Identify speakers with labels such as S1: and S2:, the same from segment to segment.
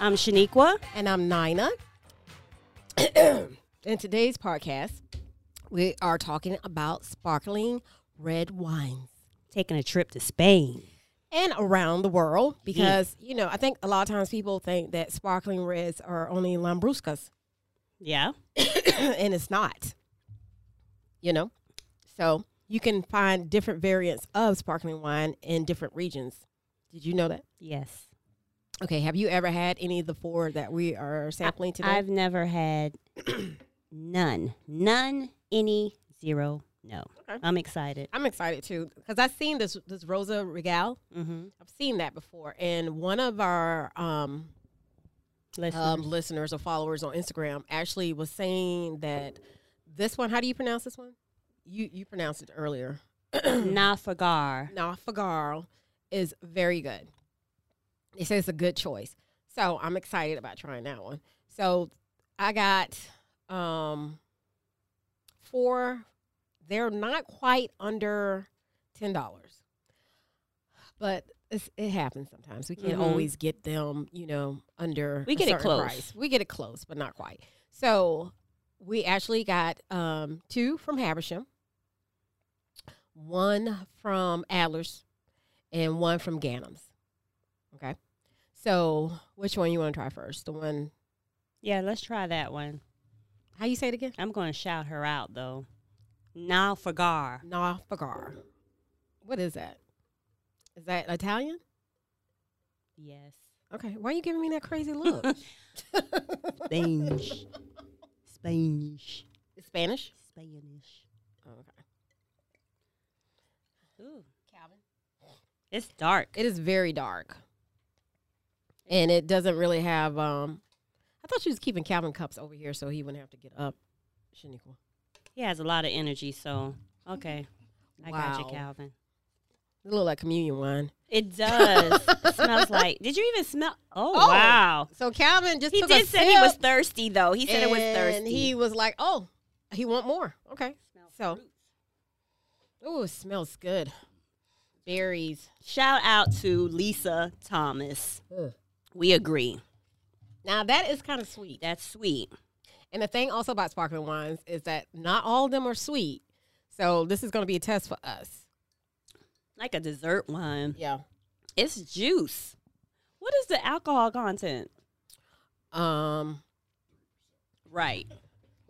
S1: I'm Shaniqua.
S2: And I'm Nina. In today's podcast, we are talking about sparkling red wines.
S1: Taking a trip to Spain.
S2: And around the world, because, yeah. you know, I think a lot of times people think that sparkling reds are only Lambruscas.
S1: Yeah.
S2: and it's not. You know? So you can find different variants of sparkling wine in different regions. Did you know that?
S1: Yes.
S2: Okay, have you ever had any of the four that we are sampling today?
S1: I've never had none. None, any, zero, no. Okay. I'm excited.
S2: I'm excited too because I've seen this this Rosa Regal. Mm-hmm. I've seen that before, and one of our um, listeners. Um, listeners or followers on Instagram actually was saying that this one. How do you pronounce this one? You you pronounced it earlier.
S1: Nafagar.
S2: Nafagar is very good. It says it's a good choice. So I'm excited about trying that one. So I got um four. They're not quite under ten dollars, but it happens sometimes. We can't mm-hmm. always get them, you know, under
S1: we get it close. Price.
S2: We get it close, but not quite. So we actually got um two from Habersham, one from Adler's, and one from Gannum's. Okay. So, which one you want to try first? The one.
S1: Yeah, let's try that one.
S2: How you say it again?
S1: I'm going to shout her out though. Nafagar.
S2: Nafagar. What is that? Is that Italian?
S1: Yes.
S2: Okay. Why are you giving me that crazy look?
S1: Spanish. Spanish.
S2: Spanish.
S1: Spanish.
S2: Oh, okay.
S1: Ooh, Calvin. It's dark.
S2: It is very dark and it doesn't really have. Um, I thought she was keeping Calvin cups over here so he wouldn't have to get up. Shaniqua.
S1: He has a lot of energy, so okay, I wow. got you, Calvin.
S2: It look like communion wine.
S1: It does. it smells like. Did you even smell? Oh, oh wow!
S2: So Calvin just
S1: he did say he was thirsty though. He said it was thirsty.
S2: He was like, oh, he want more. Okay, so. Oh, it smells good. Berries.
S1: Shout out to Lisa Thomas. Ugh. We agree.
S2: Now that is kind of sweet.
S1: That's sweet.
S2: And the thing also about sparkling wines is that not all of them are sweet. So this is going to be a test for us.
S1: Like a dessert wine.
S2: Yeah.
S1: It's juice. What is the alcohol content?
S2: Um
S1: right.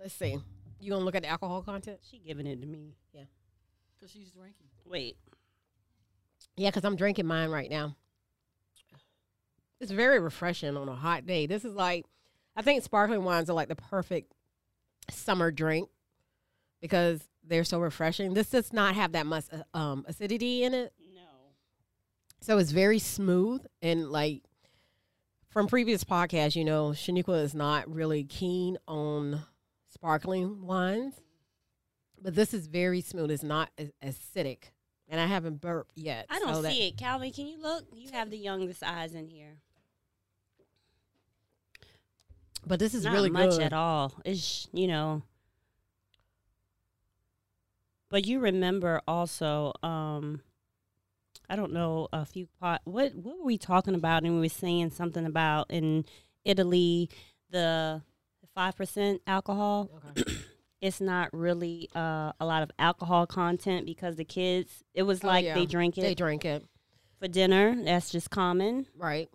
S2: Let's see. You going to look at the alcohol content?
S1: She giving it to me.
S2: Yeah.
S3: Cuz she's drinking.
S1: Wait.
S2: Yeah, cuz I'm drinking mine right now it's very refreshing on a hot day. This is like, I think sparkling wines are like the perfect summer drink because they're so refreshing. This does not have that much um, acidity in it.
S1: No.
S2: So it's very smooth and like from previous podcasts, you know, Shaniqua is not really keen on sparkling wines, but this is very smooth. It's not acidic. And I haven't burped yet.
S1: I don't so see it. Calvin, can you look? You have the youngest eyes in here.
S2: But this is
S1: Not
S2: really
S1: much
S2: good.
S1: at all. It's you know. But you remember also, um, I don't know a few pot. What what were we talking about? And we were saying something about in Italy the five percent alcohol. Okay. it's not really uh, a lot of alcohol content because the kids. It was like oh, yeah. they drink it.
S2: They drink it.
S1: for dinner. That's just common.
S2: Right.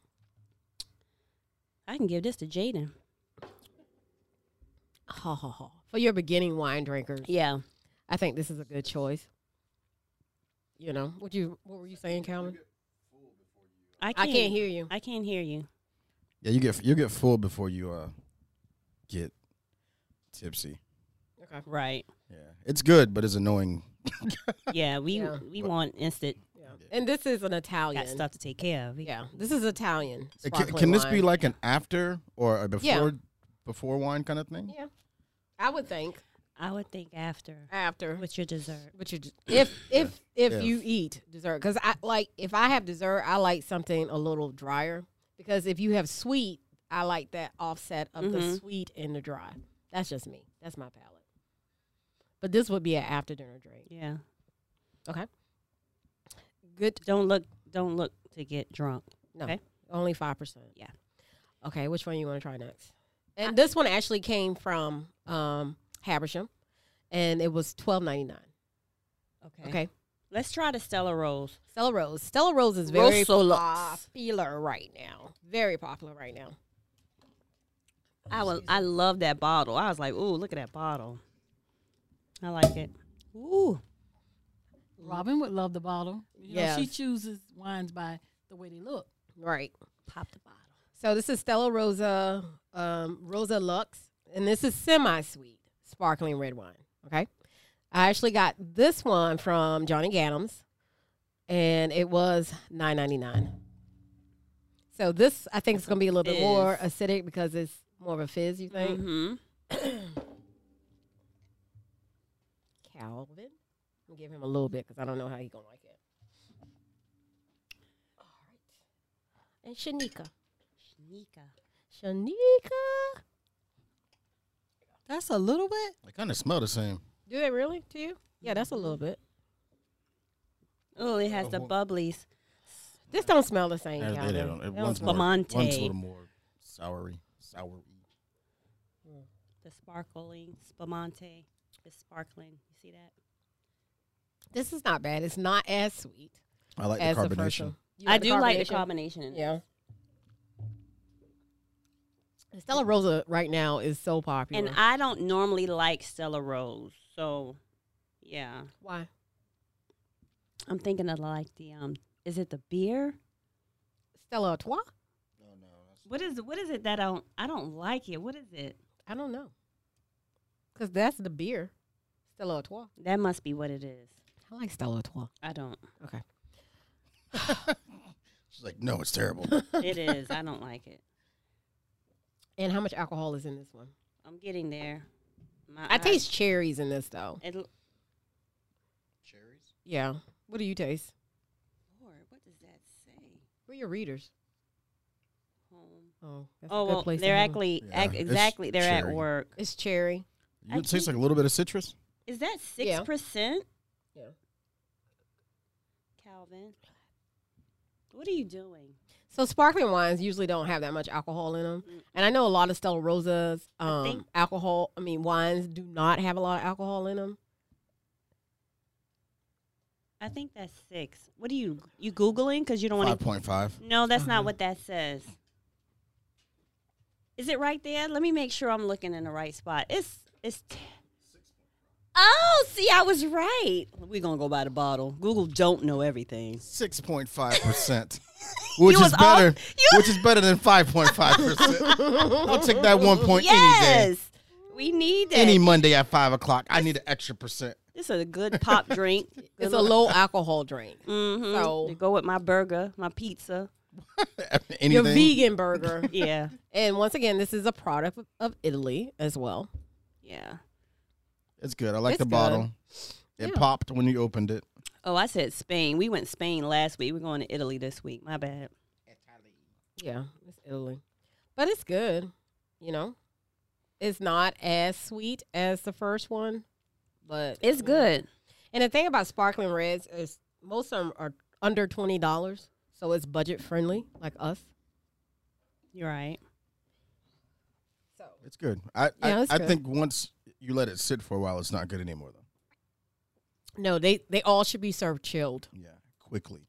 S1: I can give this to Jaden.
S2: Ha ha ha. For your beginning wine drinkers,
S1: Yeah.
S2: I think this is a good choice. You know, what you what were you saying, Calvin?
S1: I
S2: I
S1: can't,
S2: can't hear you.
S1: I can't hear you.
S3: Yeah, you get you get full before you uh get tipsy.
S2: Okay.
S1: Right.
S3: Yeah, it's good, but it's annoying.
S1: Yeah. We
S2: Yeah.
S1: we want instant.
S2: Yeah. And this is an Italian.
S1: Got stuff to take care of.
S2: Yeah. This is Italian.
S3: Uh, ca- Can,
S2: sparkling
S3: this be
S2: wine.
S3: like an after or a before
S2: Yeah.
S3: before wine kind of thing?
S2: Yeah. I would think
S1: I would think after
S2: after
S1: what's your dessert.
S2: But you, just- if if if
S3: If.
S2: you eat dessert, because I like if I have dessert, I like something a little drier. Because if you have sweet, I like that offset of the
S1: Mhm.
S2: sweet and the dry. That's just me. That's my palate. But this would be an after dinner drink.
S1: Yeah.
S2: Good,
S1: Don't look. Don't look to get drunk.
S2: only five percent.
S1: Yeah.
S2: Okay, which one you want to try next? And this one actually came from um, Habersham, and it was twelve ninety nine.
S1: Okay.
S2: okay.
S1: Let's try the Stella Rose.
S2: Stella Rose. Stella Rose is very
S1: Rosolux.
S2: popular right now. Very popular right now.
S1: I was. I love that bottle. I was like, ooh, look at that bottle. I like it. Ooh.
S4: Robin would love the bottle. You know, she
S2: Yes.
S4: chooses wines by the way they look.
S2: Right.
S1: Pop the bottle.
S2: So this is Stella Rosa, um, Rosa Lux, and this is semi-sweet sparkling red wine. Okay, I actually got this one from Johnny Gaddams, and it was nine ninety nine. So this, I think, is going to be a little bit more
S1: Fizz.
S2: acidic because it's more of a fizz. You think,
S1: Mm-hmm. Mm-hmm.
S2: Calvin? I'm gonna give him a little bit because I don't know how he's gonna like it. All right, and Shanika,
S1: Shanika.
S2: Shanika,
S4: That's a little bit.
S3: They kind of smell the same.
S2: do it really to you? Yeah, that's a little bit.
S1: Oh, it has the
S3: Oh, wh-
S1: bubblies.
S2: This don't smell the same.
S3: Yeah,
S2: y'all.
S3: they don't- it-
S2: They
S3: one's,
S2: don't smell-
S3: more, one's a
S1: Spumante.
S3: little more soury, soury.
S1: The sparkling spumante. The sparkling. You see that?
S2: This is not bad. It's not as sweet
S3: I like
S2: as
S3: the
S2: the first
S3: carbonation.
S2: one. You like
S1: I do like the
S2: carbonation?
S1: combination. in it.
S2: Yeah. Stella Rosa right now is so popular.
S1: And I don't normally like Stella Rose, so yeah,
S2: why?
S1: I'm thinking of like the um, is it the beer?
S2: Stella Artois?
S3: No, no, that's-
S1: What is what is it that I don't I don't like it? What is it?
S2: I don't know. Cause that's the beer. Stella Artois.
S1: That must be what it is.
S2: I like Stella Artois.
S1: I don't.
S2: Okay.
S3: She's like, no, it's terrible.
S1: It is. I don't like it.
S2: And how much alcohol is in this one?
S1: I'm getting there. My
S2: I
S1: eyes-
S2: taste cherries in this though.
S1: It, Lord,
S3: Cherries.
S2: Yeah. What do you taste?
S1: what does that say?
S2: We're your readers.
S1: Home.
S2: Oh, that's a
S1: Oh
S2: good
S1: well,
S2: place to
S1: they're
S2: have 'em.
S1: actually
S3: Yeah,
S1: ac-
S3: it's
S1: exactly they're
S3: cherry.
S1: at work.
S2: It's cherry.
S1: I
S3: You taste
S1: think-
S3: like a little bit of citrus.
S1: Is that six
S2: Yeah.
S1: percent?
S2: Yeah.
S1: Calvin, what are you doing?
S2: So sparkling wines usually don't have that much alcohol in them,
S1: Mm.
S2: and I know a lot of Stella Rosa's um,
S1: think-
S2: alcohol. I mean, wines do not have a lot of alcohol in them.
S1: I think that's six. What are you you googling? Because you don't
S3: Five
S1: want to.
S3: point five.
S1: No, that's not
S3: Uh-huh.
S1: what that says. Is it right there? Let me make sure I'm looking in the right spot. It's it's. T- oh, see, I was right. We're gonna go by the bottle. Google don't know everything.
S3: Six point five percent, which is
S1: was off-
S3: better,
S1: you-
S3: which is better than five point five percent. I'll take that one point any day,
S1: Yes, we need that.
S3: any Monday at five o'clock. I need an extra percent.
S1: this is a good pop drink.
S2: It's a low alcohol drink.
S1: Mm-hmm.
S2: So-
S1: to go with my burger, my pizza.
S3: Anything.
S2: Your vegan burger,
S1: Yeah,
S2: and once again, this is a product of- of Italy as well.
S1: yeah.
S3: It's good. I like
S2: It's
S3: the
S2: good.
S3: bottle. It
S2: Yeah.
S3: popped when you opened it.
S1: Oh, I said Spain. We went Spain last week. We're going to Italy this week. My bad.
S2: Yeah, it's Italy, but it's good. You know, it's not as sweet as the first one, but
S1: It's good.
S2: And the thing about sparkling reds is most of them are under twenty dollars, so it's budget friendly, like us.
S1: You're right.
S2: So
S3: It's good. I
S2: Yeah,
S3: I,
S2: it's
S3: I
S2: good.
S3: think once you let it sit for a while, it's not good anymore though.
S2: no, they they all should be served chilled.
S3: Yeah, quickly.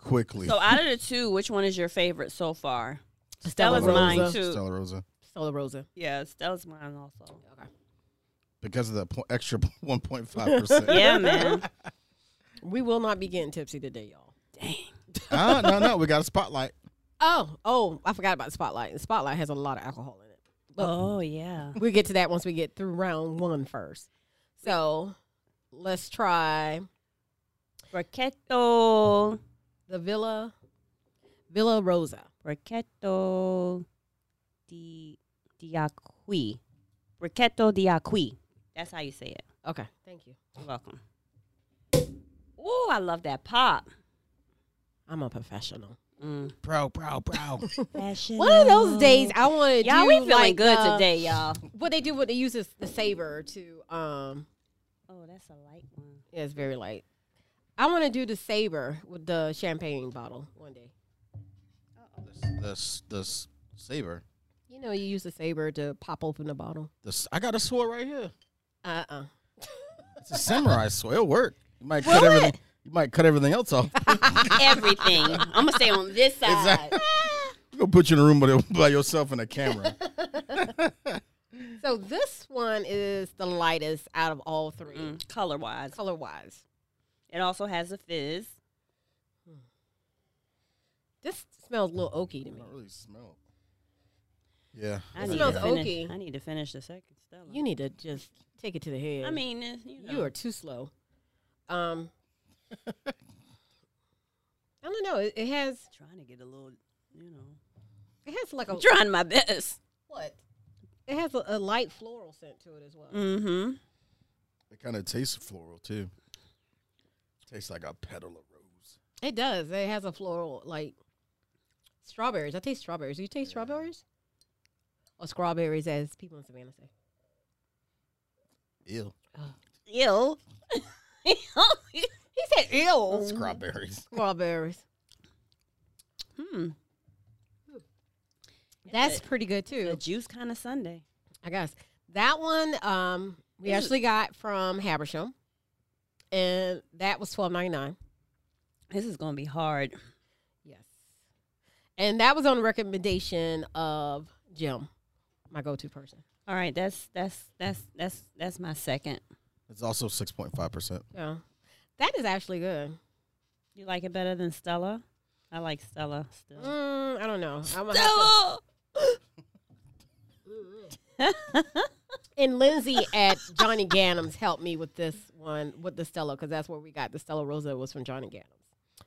S3: quickly.
S1: So out of the two, which one is your favorite so far?
S2: Stella
S1: Stella's
S2: Rosa.
S1: mine too.
S3: Stella Rosa,
S2: Stella Rosa.
S1: Yeah, Stella's mine also.
S2: Okay.
S3: because of that po- extra one point five percent.
S1: Yeah, man.
S2: We will not be getting tipsy today, y'all.
S1: Dang.
S3: Ah, no, no, we got a spotlight.
S2: Oh, oh, I forgot about Spotlight. And Spotlight has a lot of alcohol in it.
S1: Oh yeah.
S2: We'll get to that once we get through round one first. So let's try
S1: Briquetto.
S2: the Villa Villa Rosa.
S1: Briquetto di diaqui. Briquetto diaqui. That's how you say it.
S2: Okay. Thank you.
S1: You're welcome. Ooh, I love that pop.
S2: I'm a professional.
S1: Mm.
S3: Bro, bro, bro.
S2: One of those days I wanna
S1: Y'all,
S2: do
S1: we feeling
S2: like
S1: good
S2: the-
S1: today, y'all.
S2: What they do what they use is the saber to um
S1: Oh, that's a light one.
S2: yeah, it's very light. I wanna do the saber with the champagne bottle one day.
S3: the s- the s- saber.
S2: You know you use the saber to pop open the bottle.
S3: The s- I got a sword right here.
S2: Uh
S1: Uh-uh.
S2: uh
S3: It's a samurai sword. It'll work. You might
S2: Will
S3: cut
S2: it?
S3: everything. You might cut everything else off.
S1: Everything. I'm gonna stay on this side.
S3: Exactly. We'll put you in a room by, the- by yourself and a camera.
S2: So this one is the lightest out of all 3
S1: Mm, color wise,
S2: color wise.
S1: it also has a fizz.
S2: This smells a little oaky to
S3: I
S2: me.
S3: don't really smell. Yeah.
S1: I
S2: It
S1: need
S2: smells
S1: to finish,
S2: oaky.
S1: I need to finish the second Stella.
S2: You need to just take it to the head.
S1: I mean, it's- you, know.
S2: you are too slow. Um, I don't know. It, it has
S1: trying to get a little, you know,
S2: it has like a
S1: I'm Oh. trying my best.
S2: what? It has a, a light floral scent to it as well.
S1: Mm-hmm.
S3: It kind of tastes floral too. Tastes like a petal of rose.
S2: It does. It has a floral like strawberries. I taste strawberries. Do you taste strawberries? Or strawberries, as people in Savannah say.
S3: Ew.
S1: Ill.
S2: He said, "Ew,
S3: Strawberries.
S2: strawberries."
S1: hmm.
S2: That's pretty good too.
S1: The juice kind of Sunday.
S2: I guess that one um we
S1: This is-
S2: actually got from Habersham, and that was twelve ninety nine.
S1: This is gonna be hard.
S2: Yes, and that was on the recommendation of Jim, my go to person.
S1: All right, that's that's that's that's that's my second.
S3: It's also 6.5%.
S2: Yeah, that is actually good.
S1: You like it better than Stella? I like Stella still.
S2: Mm, I don't know. I'm gonna have to-
S1: Stella.
S2: and Lindsay at Johnny Gannum's helped me with this one with the Stella because that's where we got the Stella Rosa was from Johnny Gannum's.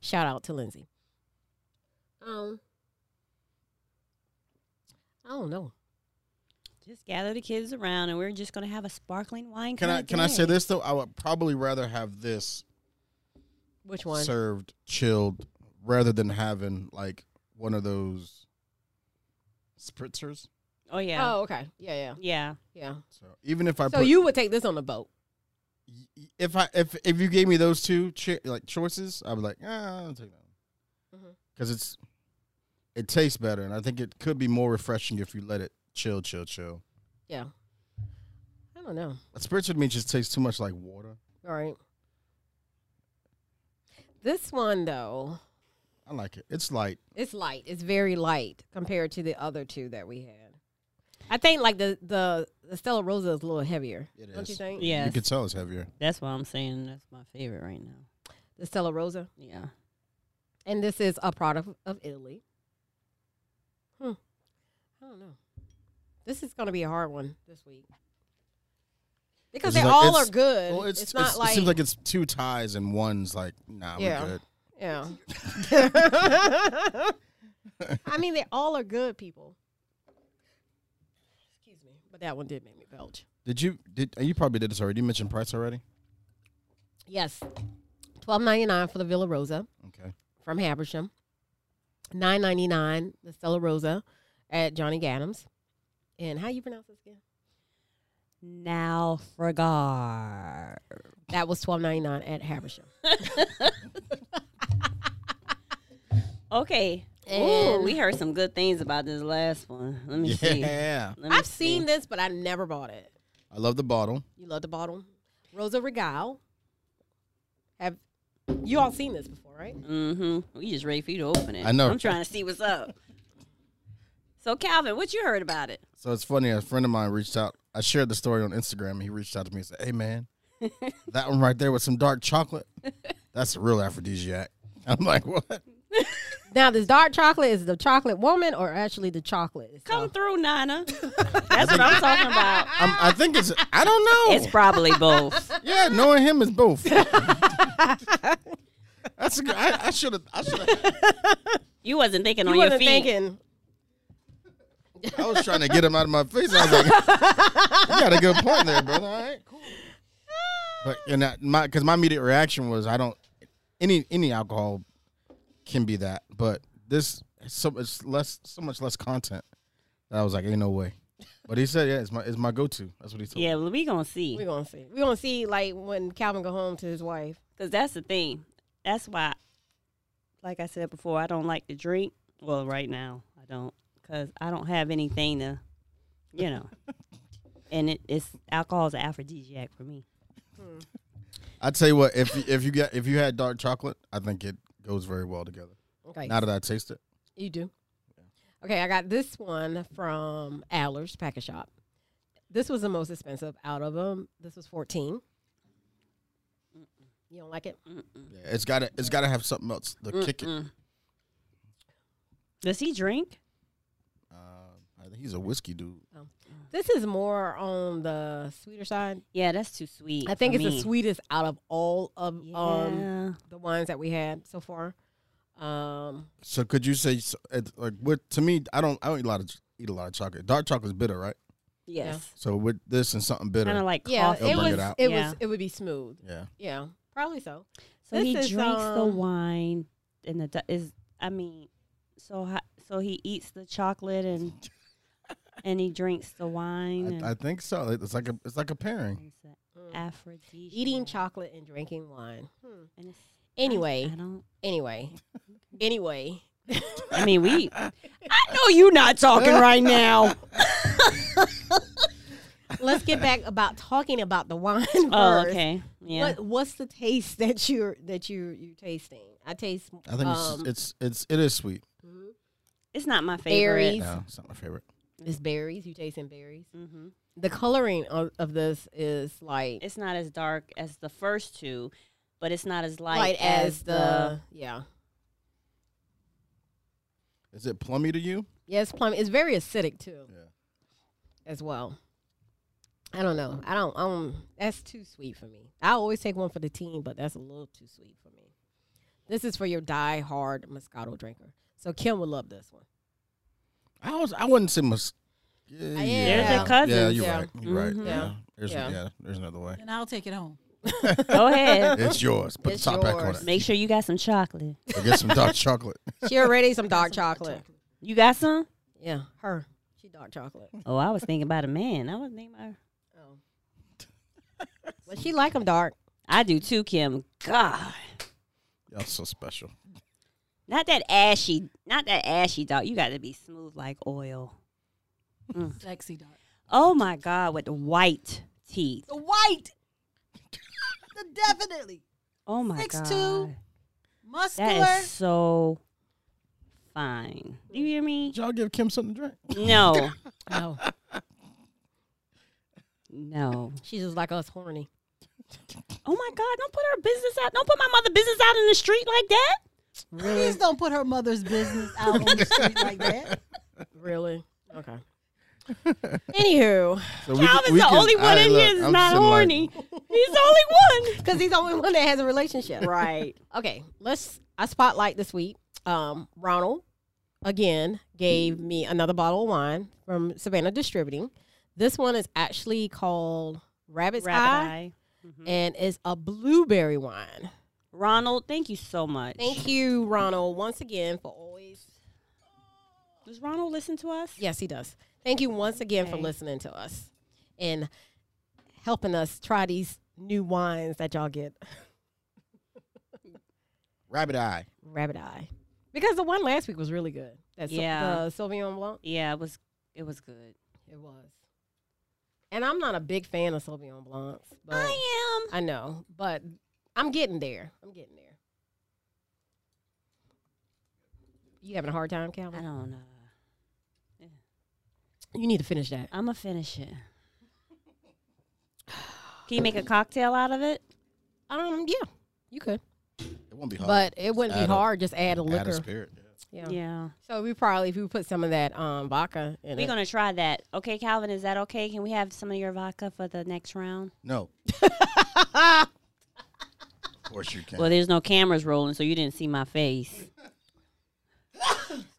S2: Shout out to Lindsay. Um, I don't know.
S1: Just gather the kids around, and we're just gonna have a sparkling wine.
S3: Can I
S1: kinda
S3: can I say
S1: day.
S3: this though? I would probably rather have this
S2: Which one?
S3: served chilled rather than having like one of those spritzers.
S1: Oh yeah,
S2: Oh, okay. Yeah, yeah,
S1: yeah.
S2: yeah.
S3: So even if I
S2: so
S3: put,
S2: you would take this on the boat.
S3: if I if if you gave me those two chi- like choices, I'd be like, ah, I'll take that
S2: Mhm.
S3: because it's it tastes better, and I think it could be more refreshing if you let it chill, chill, chill.
S2: Yeah. I don't know.
S3: A spritzer to me just tastes too much like water.
S2: All right. This one though,
S3: I like it. It's light.
S2: it's light. It's very light compared to the other two that we had. I think like the the, the Stella Rosa is a little heavier.
S3: It
S2: Don't you
S3: is.
S2: think?
S1: Yes.
S3: You could tell it's heavier.
S1: That's why I'm saying that's my favorite right now.
S2: The Stella Rosa,
S1: Yeah.
S2: and this is a product of Italy. Hmm. I don't know. This is going to be a hard one this week because
S3: It's
S2: they
S3: like-
S2: all
S3: it's-
S2: are good.
S3: Well,
S2: it's, not
S3: it
S2: like,
S3: seems like it's two ties and one's like nah,
S2: Yeah.
S3: we're good.
S2: yeah. I mean, they all are good people. Excuse me, but that one did make me belch.
S3: Did you did oh, you probably did this already? You mentioned price already.
S2: Yes, twelve ninety nine for the Villa Rosa.
S3: Okay.
S2: from Habersham. Nine ninety nine, the Stella Rosa at Johnny Gaddams. And how you pronounce this again?
S1: Naufragar.
S2: That was twelve ninety nine at Habersham.
S1: Okay. Ooh,
S2: And-
S1: we heard some good things about this last one. Let me see.
S3: Yeah.
S1: Let me
S2: I've
S1: see.
S2: seen this, but I never bought it.
S3: I love the bottle.
S2: You love the bottle, Rosa Regal. Have You all seen this before, right?
S1: Mm-hmm. We just ready for you to open it.
S3: I know.
S1: I'm trying to see what's up. So Calvin, what you heard about it?
S3: So it's funny. A friend of mine reached out. I shared the story on Instagram. And he reached out to me and said, "Hey man, that one right there with some dark chocolate, that's a real aphrodisiac." I'm like, "What?"
S2: Now, this dark chocolate is the chocolate woman, or actually the chocolate.
S1: Come
S2: itself?
S1: through, Nana. That's what I'm talking about.
S3: I'm, I think it's. I don't know.
S1: It's probably both.
S3: yeah, knowing him is both. that's a good. I should have. I should have.
S1: You wasn't thinking
S2: you
S1: on your
S2: wasn't
S1: feet.
S2: thinking.
S3: I was trying to get him out of my face. I was like, "You got a good point there, brother." All right, cool. But and that, my because my immediate reaction was, I don't any any alcohol can be that, but this so much less so much less content. That I was like, "Ain't no way." But he said, "Yeah, it's my it's my go to." That's what he told. me.
S1: Yeah, well, we gonna see.
S2: We're gonna see. We're gonna see like when Calvin go home to his wife.
S1: Because that's the thing. That's why, like I said before, I don't like to drink. Well, right now, I don't. Because I don't have anything to, you know. and it, it's alcohol is an aphrodisiac for me.
S3: I tell you what, if you- if you get if you had dark chocolate, I think it goes very well together.
S2: Okay.
S3: Now that I taste it,
S2: You do. Okay, I got this one from Allers Package Shop. This was the most expensive out of them. This was fourteen. You don't like it?
S3: yeah, it's got to it's got to have something else to kick it.
S1: Does he drink?
S3: Uh, I think he's a whiskey dude.
S2: This is more on the sweeter side.
S1: Yeah, that's too sweet.
S2: I think
S1: for
S2: it's
S1: me.
S2: the sweetest out of all of
S1: Yeah.
S2: um the ones that we had so far. Um,
S3: So could you say so- it- like what to me? I don't I don't eat a lot of eat a lot of chocolate. Dark chocolate's bitter, right?
S1: yes.
S3: So with this and something bitter,
S1: Kind of like
S2: yeah,
S1: coffee.
S3: They'll
S2: it
S3: bring
S2: was.
S3: it
S2: It,
S3: out.
S1: Yeah.
S2: was. It would be smooth.
S3: yeah.
S2: Yeah, probably so.
S1: So
S2: This
S1: he
S2: is,
S1: drinks the
S2: um,
S1: wine and the di- is I mean, so ho- so he eats the chocolate and and he drinks the wine. and,
S3: I, I think so. It's like a it's like a pairing.
S1: it's a
S2: Mm.
S1: aphrodisiac.
S2: Eating chocolate and drinking wine. Hmm.
S1: And it's- I-
S2: Anyway,
S1: I, don't.
S2: anyway, anyway.
S1: I mean, we. I know you're not talking right now.
S2: Let's get back about talking about the wine.
S1: oh,
S2: first.
S1: okay. Yeah.
S2: What what's the taste that you're that you you tasting? I taste.
S3: I think
S2: um,
S3: it's, it's it's it is sweet.
S2: mhm.
S1: It's not my favorite.
S2: Berries.
S3: No, it's not my favorite.
S2: it's berries. You tasting berries?
S1: hmm
S2: The coloring of, of this is like
S1: It's not as dark as the first two, but it's not as light,
S2: light as, the yeah.
S3: Is it plummy to you?
S2: Yes, plum. It's very acidic too.
S3: Yeah.
S2: As well. I don't know. I don't. Um, that's too sweet for me. I always take one for the team, but that's a little too sweet for me. This is for your die-hard Moscato drinker. So Kim would love this one.
S3: I was I wouldn't say much. Yeah, yeah.
S2: There's a
S3: Yeah,
S1: cousins.
S3: you're
S2: Yeah.
S3: right. You're right.
S1: Mhm.
S3: Yeah. There's
S2: Yeah.
S3: yeah. There's another way.
S4: And I'll take it home.
S1: Go ahead.
S3: It's yours. Put
S2: It's
S3: the top back on
S2: yours.
S3: it.
S1: Make sure you got some chocolate.
S3: Or Get some dark chocolate.
S2: She already some dark chocolate.
S1: You got some?
S2: Yeah, her. She dark chocolate.
S1: Oh, I was thinking about a man. I was thinking about.
S2: Oh. but she like them dark.
S1: I do too, Kim. God,
S3: Y'all so special.
S1: not that ashy, not that ashy dog. You got to be smooth like oil.
S4: Sexy dark.
S1: Oh my God, with the white teeth.
S4: The white. the definitely.
S1: Oh my
S4: Six
S1: God,
S4: two. Muscular.
S1: that is so fine. Do you hear me?
S3: Did y'all give Kim something to drink?
S1: No,
S2: Oh,
S1: no.
S2: she's just like us, horny.
S1: Oh my God, don't put her business out. Don't put my mother business out in the street like that.
S4: Please don't put her mother's business out on the street like that.
S2: Really? Okay. Anywho,
S3: So
S1: Calvin's the only one in here that's not horny. He's the only one.
S2: because he's the only one that has a relationship.
S1: Right.
S2: Okay, let's. I spotlight this week. Um, Ronald again gave
S4: Mm-hmm.
S2: me another bottle of wine from Savannah Distributing. This one is actually called Rabbit's Eye,
S1: Rabbit eye.
S4: Mm-hmm.
S2: and it's a blueberry wine.
S1: Ronald, thank you so much.
S2: Thank you, Ronald, once again for always
S1: Does Ronald listen to us?
S2: Yes, he does. Thank you once again for
S1: Okay.
S2: listening to us and helping us try these new wines that y'all get.
S3: Rabbit eye.
S2: Rabbit Eye. Because the one last week was really good. That Sau-
S1: Yeah.
S2: the Sauvignon Blanc.
S1: Yeah, it was it was good.
S2: It was. And I'm not a big fan of Sauvignon Blancs, but I,
S1: I am.
S2: know, but I'm getting there. I'm getting there. You having a hard time,
S1: I
S2: Calvin?
S1: don't know.
S2: You need to finish that.
S1: I'm gonna finish it. Can you make a cocktail out of it?
S2: Um, yeah, you could,
S3: It won't be hard.
S2: but it wouldn't
S3: Oh, Add
S2: be
S3: a-
S2: hard. just add a
S3: Add
S2: liquor.
S3: a spirit. yeah.
S2: yeah.
S1: Yeah.
S2: So we probably if we put some of that um vodka in
S1: We're
S2: it.
S1: gonna try that. Okay, Calvin, is that okay? Can we have some of your vodka for the next round?
S3: No. of course you can.
S1: Well, there's no cameras rolling, so you didn't see my face.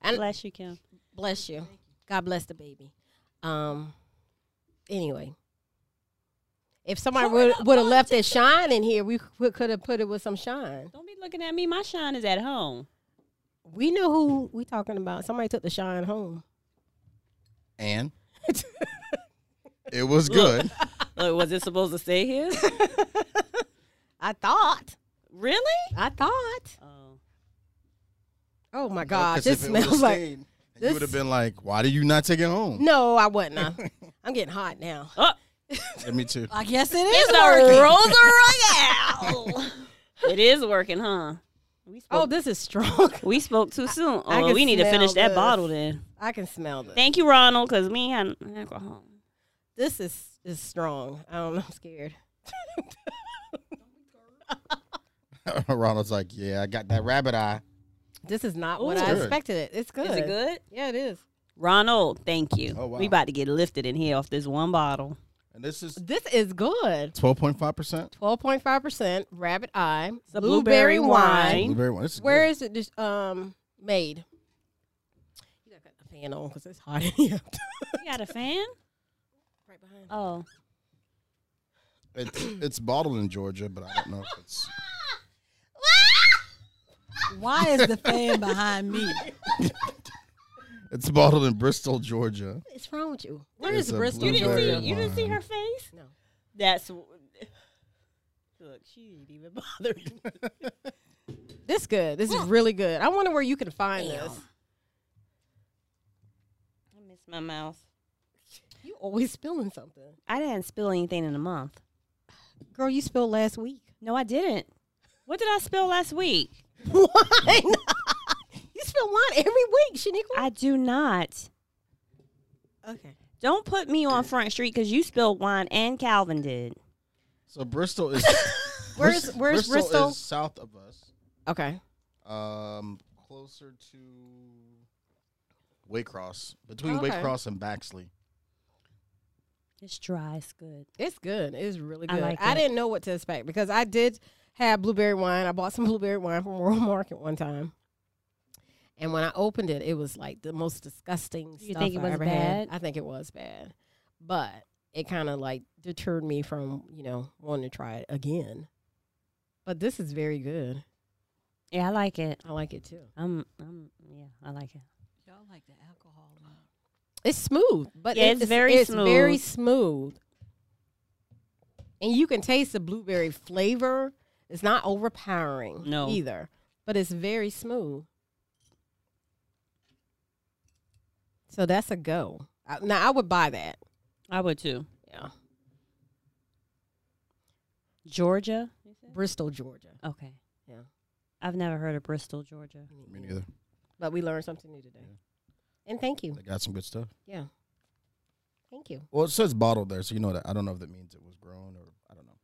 S2: And-
S1: Bless you, Kim.
S2: bless you. God bless the baby. Um. Anyway, if somebody
S1: Pour it
S2: would
S1: up,
S2: would have
S1: pour it
S2: left that shine in here, we could have put it with some shine.
S1: Don't be looking at me. My shine is at home.
S2: We know who we talking about. Somebody took the shine home.
S3: and it was good.
S1: Look, Oh, was it supposed to stay here?
S2: I thought.
S1: really?
S2: I thought.
S1: Oh.
S2: Oh my
S3: God,
S2: gosh, this smells like.
S3: you
S2: this-
S3: would have been like, "Why do you not take it home?"
S2: No, I wasn't. I- I'm getting hot now.
S1: oh
S3: Yeah, me too.
S4: I guess it is
S1: it's
S4: working.
S1: a Rosa Royale. it is working, huh? We
S2: Oh,
S1: spoke,
S2: this is strong.
S1: we spoke too soon.
S2: I
S1: Oh,
S2: can
S1: we need to
S2: smell
S1: finish that
S2: this.
S1: bottle then.
S2: I can smell this.
S1: Thank you, Ronald, because we ain't had alcohol.
S2: This is is strong. I don't know. I'm scared.
S3: Ronald's like, "Yeah, I got that rabbit eye."
S2: This is not what
S1: Ooh.
S2: I
S3: Good.
S2: expected. It. It's good.
S1: Is it good?
S2: Yeah, it is.
S1: Ronald, thank you.
S3: Oh, wow.
S1: We about to get lifted in here off this one bottle.
S3: And this is
S2: This is good.
S3: twelve point five percent
S2: 12.5% rabbit eye.
S1: It's a blueberry wine.
S3: blueberry wine. This is
S2: Where
S3: good.
S2: is it just, um made? You gotta cut the fan on because it's hot in here.
S1: You got a fan?
S2: right behind.
S1: Oh.
S3: It's, it's bottled in Georgia, but I don't know if it's.
S4: Why is the fan behind me?
S3: It's bottled in Bristol, Georgia.
S2: What's wrong with you? Where
S3: It's
S2: is
S3: a
S2: Bristol,
S3: You didn't see-
S2: Georgia?
S3: Blueberry you didn't see wine. her
S1: face?
S2: No.
S1: That's look. She didn't even bother.
S2: This good. This is really good. I wonder where you can find
S1: Damn.
S2: this.
S1: I miss my mouth.
S2: You always spilling something.
S1: I didn't spill anything in a month.
S2: Girl, you spilled last week.
S1: No, I didn't. What did I spill last week?
S2: wine. you spill wine every week, Shaniqua.
S1: I do not.
S2: Okay.
S1: Don't put me on Front Street because you spilled wine and Calvin did.
S3: So Bristol is.
S2: Where's-
S3: Bris-
S2: where's Bristol?
S3: Is south of us,
S2: Okay.
S3: um, closer to Waycross,
S1: Oh,
S3: between
S2: Okay.
S3: Waycross and Baxley.
S1: It's dry. It's good.
S2: It's good. It's really
S1: I
S2: good. I,
S1: like it.
S2: didn't know what to expect because I did have blueberry wine. I bought some blueberry wine from World Market one time. And when I opened it, it was like the most disgusting
S1: You
S2: stuff
S1: think it
S2: I
S1: was
S2: ever had.
S1: bad?
S2: I think it was bad. But it kind of like deterred me from, you know, wanting to try it again. But this is very good.
S1: Yeah, I like it.
S2: I like it too.
S1: I'm. I'm. Yeah, I like it.
S4: Y'all like the alcohol. man.
S2: It's smooth, but
S1: Yeah,
S2: it-
S1: it's very
S2: it's very
S1: smooth.
S2: smooth, and you can taste the blueberry flavor. It's not overpowering,
S1: No.
S2: either, but it's very smooth. So that's a go. I- Now I would buy that.
S1: I would too.
S2: Yeah,
S1: Georgia.
S2: Bristol, Georgia.
S1: Okay.
S2: Yeah.
S1: I've never heard of Bristol, Georgia.
S3: Me neither.
S2: But we learned something new today, and thank you.
S3: They got some good stuff.
S2: Yeah, thank you.
S3: Well, it says bottled there, so you know that. I don't know if that means it was grown or I don't know.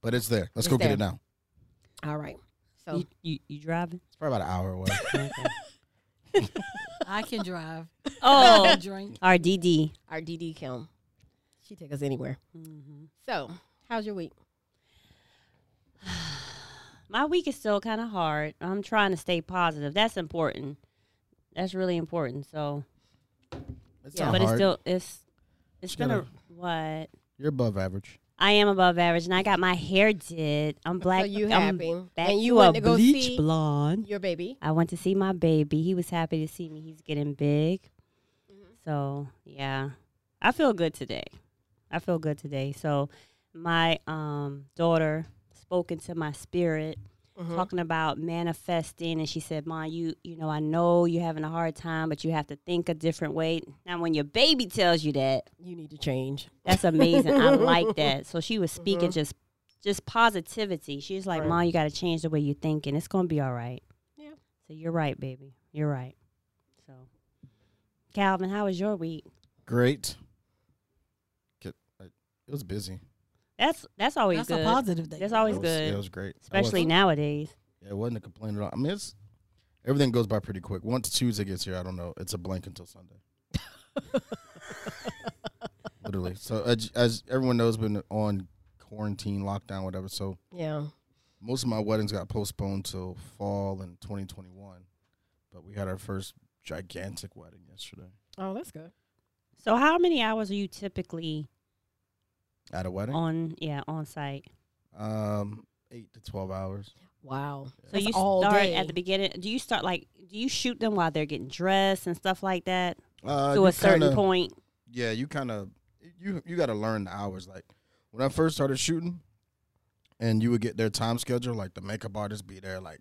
S3: But it's there.
S2: It's
S3: Let's go get
S2: there.
S3: it now.
S2: All right. So
S1: You, you, you driving?
S3: It's probably about an hour away.
S4: I can drive. I
S1: Oh,
S4: can drink.
S1: our DD.
S2: our DD Kim, she take us anywhere.
S1: Mm-hmm.
S2: So how's your week?
S1: My week is still kind of hard. I'm trying to stay positive. That's important. That's really important. So,
S3: It's
S2: Yeah,
S3: not
S1: but it's
S3: hard.
S1: still it's it's
S3: You
S1: been a
S3: gotta-
S1: what.
S3: You're above average.
S1: I am above average, and I got my hair did. I'm black.
S2: So you
S1: I'm
S2: happy?
S1: back
S2: and you
S1: to a
S2: went to go
S1: bleach
S2: see
S1: blonde.
S2: your baby.
S1: I went to see my baby. He was happy to see me. He's getting big.
S2: Mhm.
S1: So yeah, I feel good today. I feel good today. So my um, daughter spoke into my spirit, talking about manifesting, and she said, "Ma, you you know I know you're having a hard time, but you have to think a different way." Now, when your baby tells you that,
S2: You need to change.
S1: that's amazing. I like that. So she was speaking just just positivity. She's like,
S2: Mm-hmm. Right.
S1: "Ma, you got to change the way you're thinking. It's gonna be all right."
S2: Yeah.
S1: So you're right, baby. You're right. So, Calvin, how was your week?
S3: Great. Get- I- It was busy.
S1: That's that's always
S4: That's
S1: good.
S4: a positive thing.
S1: That's
S3: It
S1: always
S3: was,
S1: good,
S3: It was great. I wasn't-
S1: especially nowadays.
S3: Yeah, it wasn't a complaint at all. I mean, it's everything goes by pretty quick. Once Tuesday gets here, I don't know. It's a blank until Sunday. Literally. So as, as everyone knows, been on quarantine, lockdown, whatever. So
S2: Yeah.
S3: most of my weddings got postponed till fall in 2021, but we had our first gigantic wedding yesterday.
S2: Oh, that's good.
S1: So, how many hours are you typically
S3: At a wedding,
S1: on? Yeah, on site. Oh.
S3: um, eight to twelve hours.
S2: Wow.
S1: So
S2: That's
S1: you
S2: all
S1: start
S2: day.
S1: at the beginning. Do you start like? Do you shoot them while they're getting dressed and stuff like that
S3: Uh,
S1: to
S3: you
S1: a certain
S3: kinda-
S1: point?
S3: yeah, you kind of you you got to learn the hours. Like when I first started shooting, and you would get their time schedule. Like the makeup artist be there like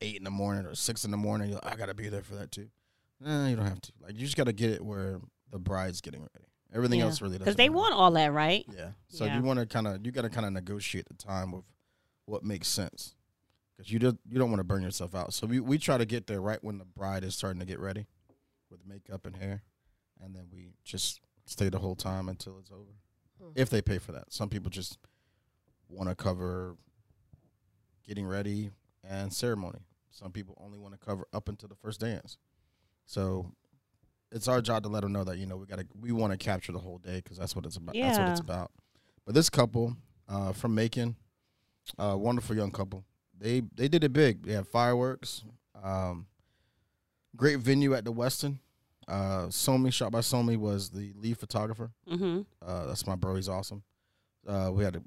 S3: eight in the morning or six in the morning. You're like, I gotta be there for that too. Nah, you don't have to. Like you just gotta get it where the bride's getting ready. Everything
S1: Yeah.
S3: else really doesn't.
S1: Because they
S3: matter.
S1: want all that, right?
S3: Yeah. So
S1: Yeah.
S3: you want to kind of you got to kind of negotiate the time of what makes sense because you don't you don't want to burn yourself out. So we we try to get there right when the bride is starting to get ready with makeup and hair, and then we just stay the whole time until it's over.
S2: Hmm.
S3: If they pay for that, some people just want to cover getting ready and ceremony. Some people only want to cover up until the first dance. So it's our job to let them know that you know we gotta we want to capture the whole day because that's what it's about. That's what it's
S1: Yeah.
S3: about. But this couple uh, from Macon, uh, wonderful young couple. They they did it big. They had fireworks. Um, great venue at the Westin. Uh, Somi, shot by Somi, was the lead photographer.
S1: Mm-hmm.
S3: Uh, that's my bro. He's awesome. Uh, we had a,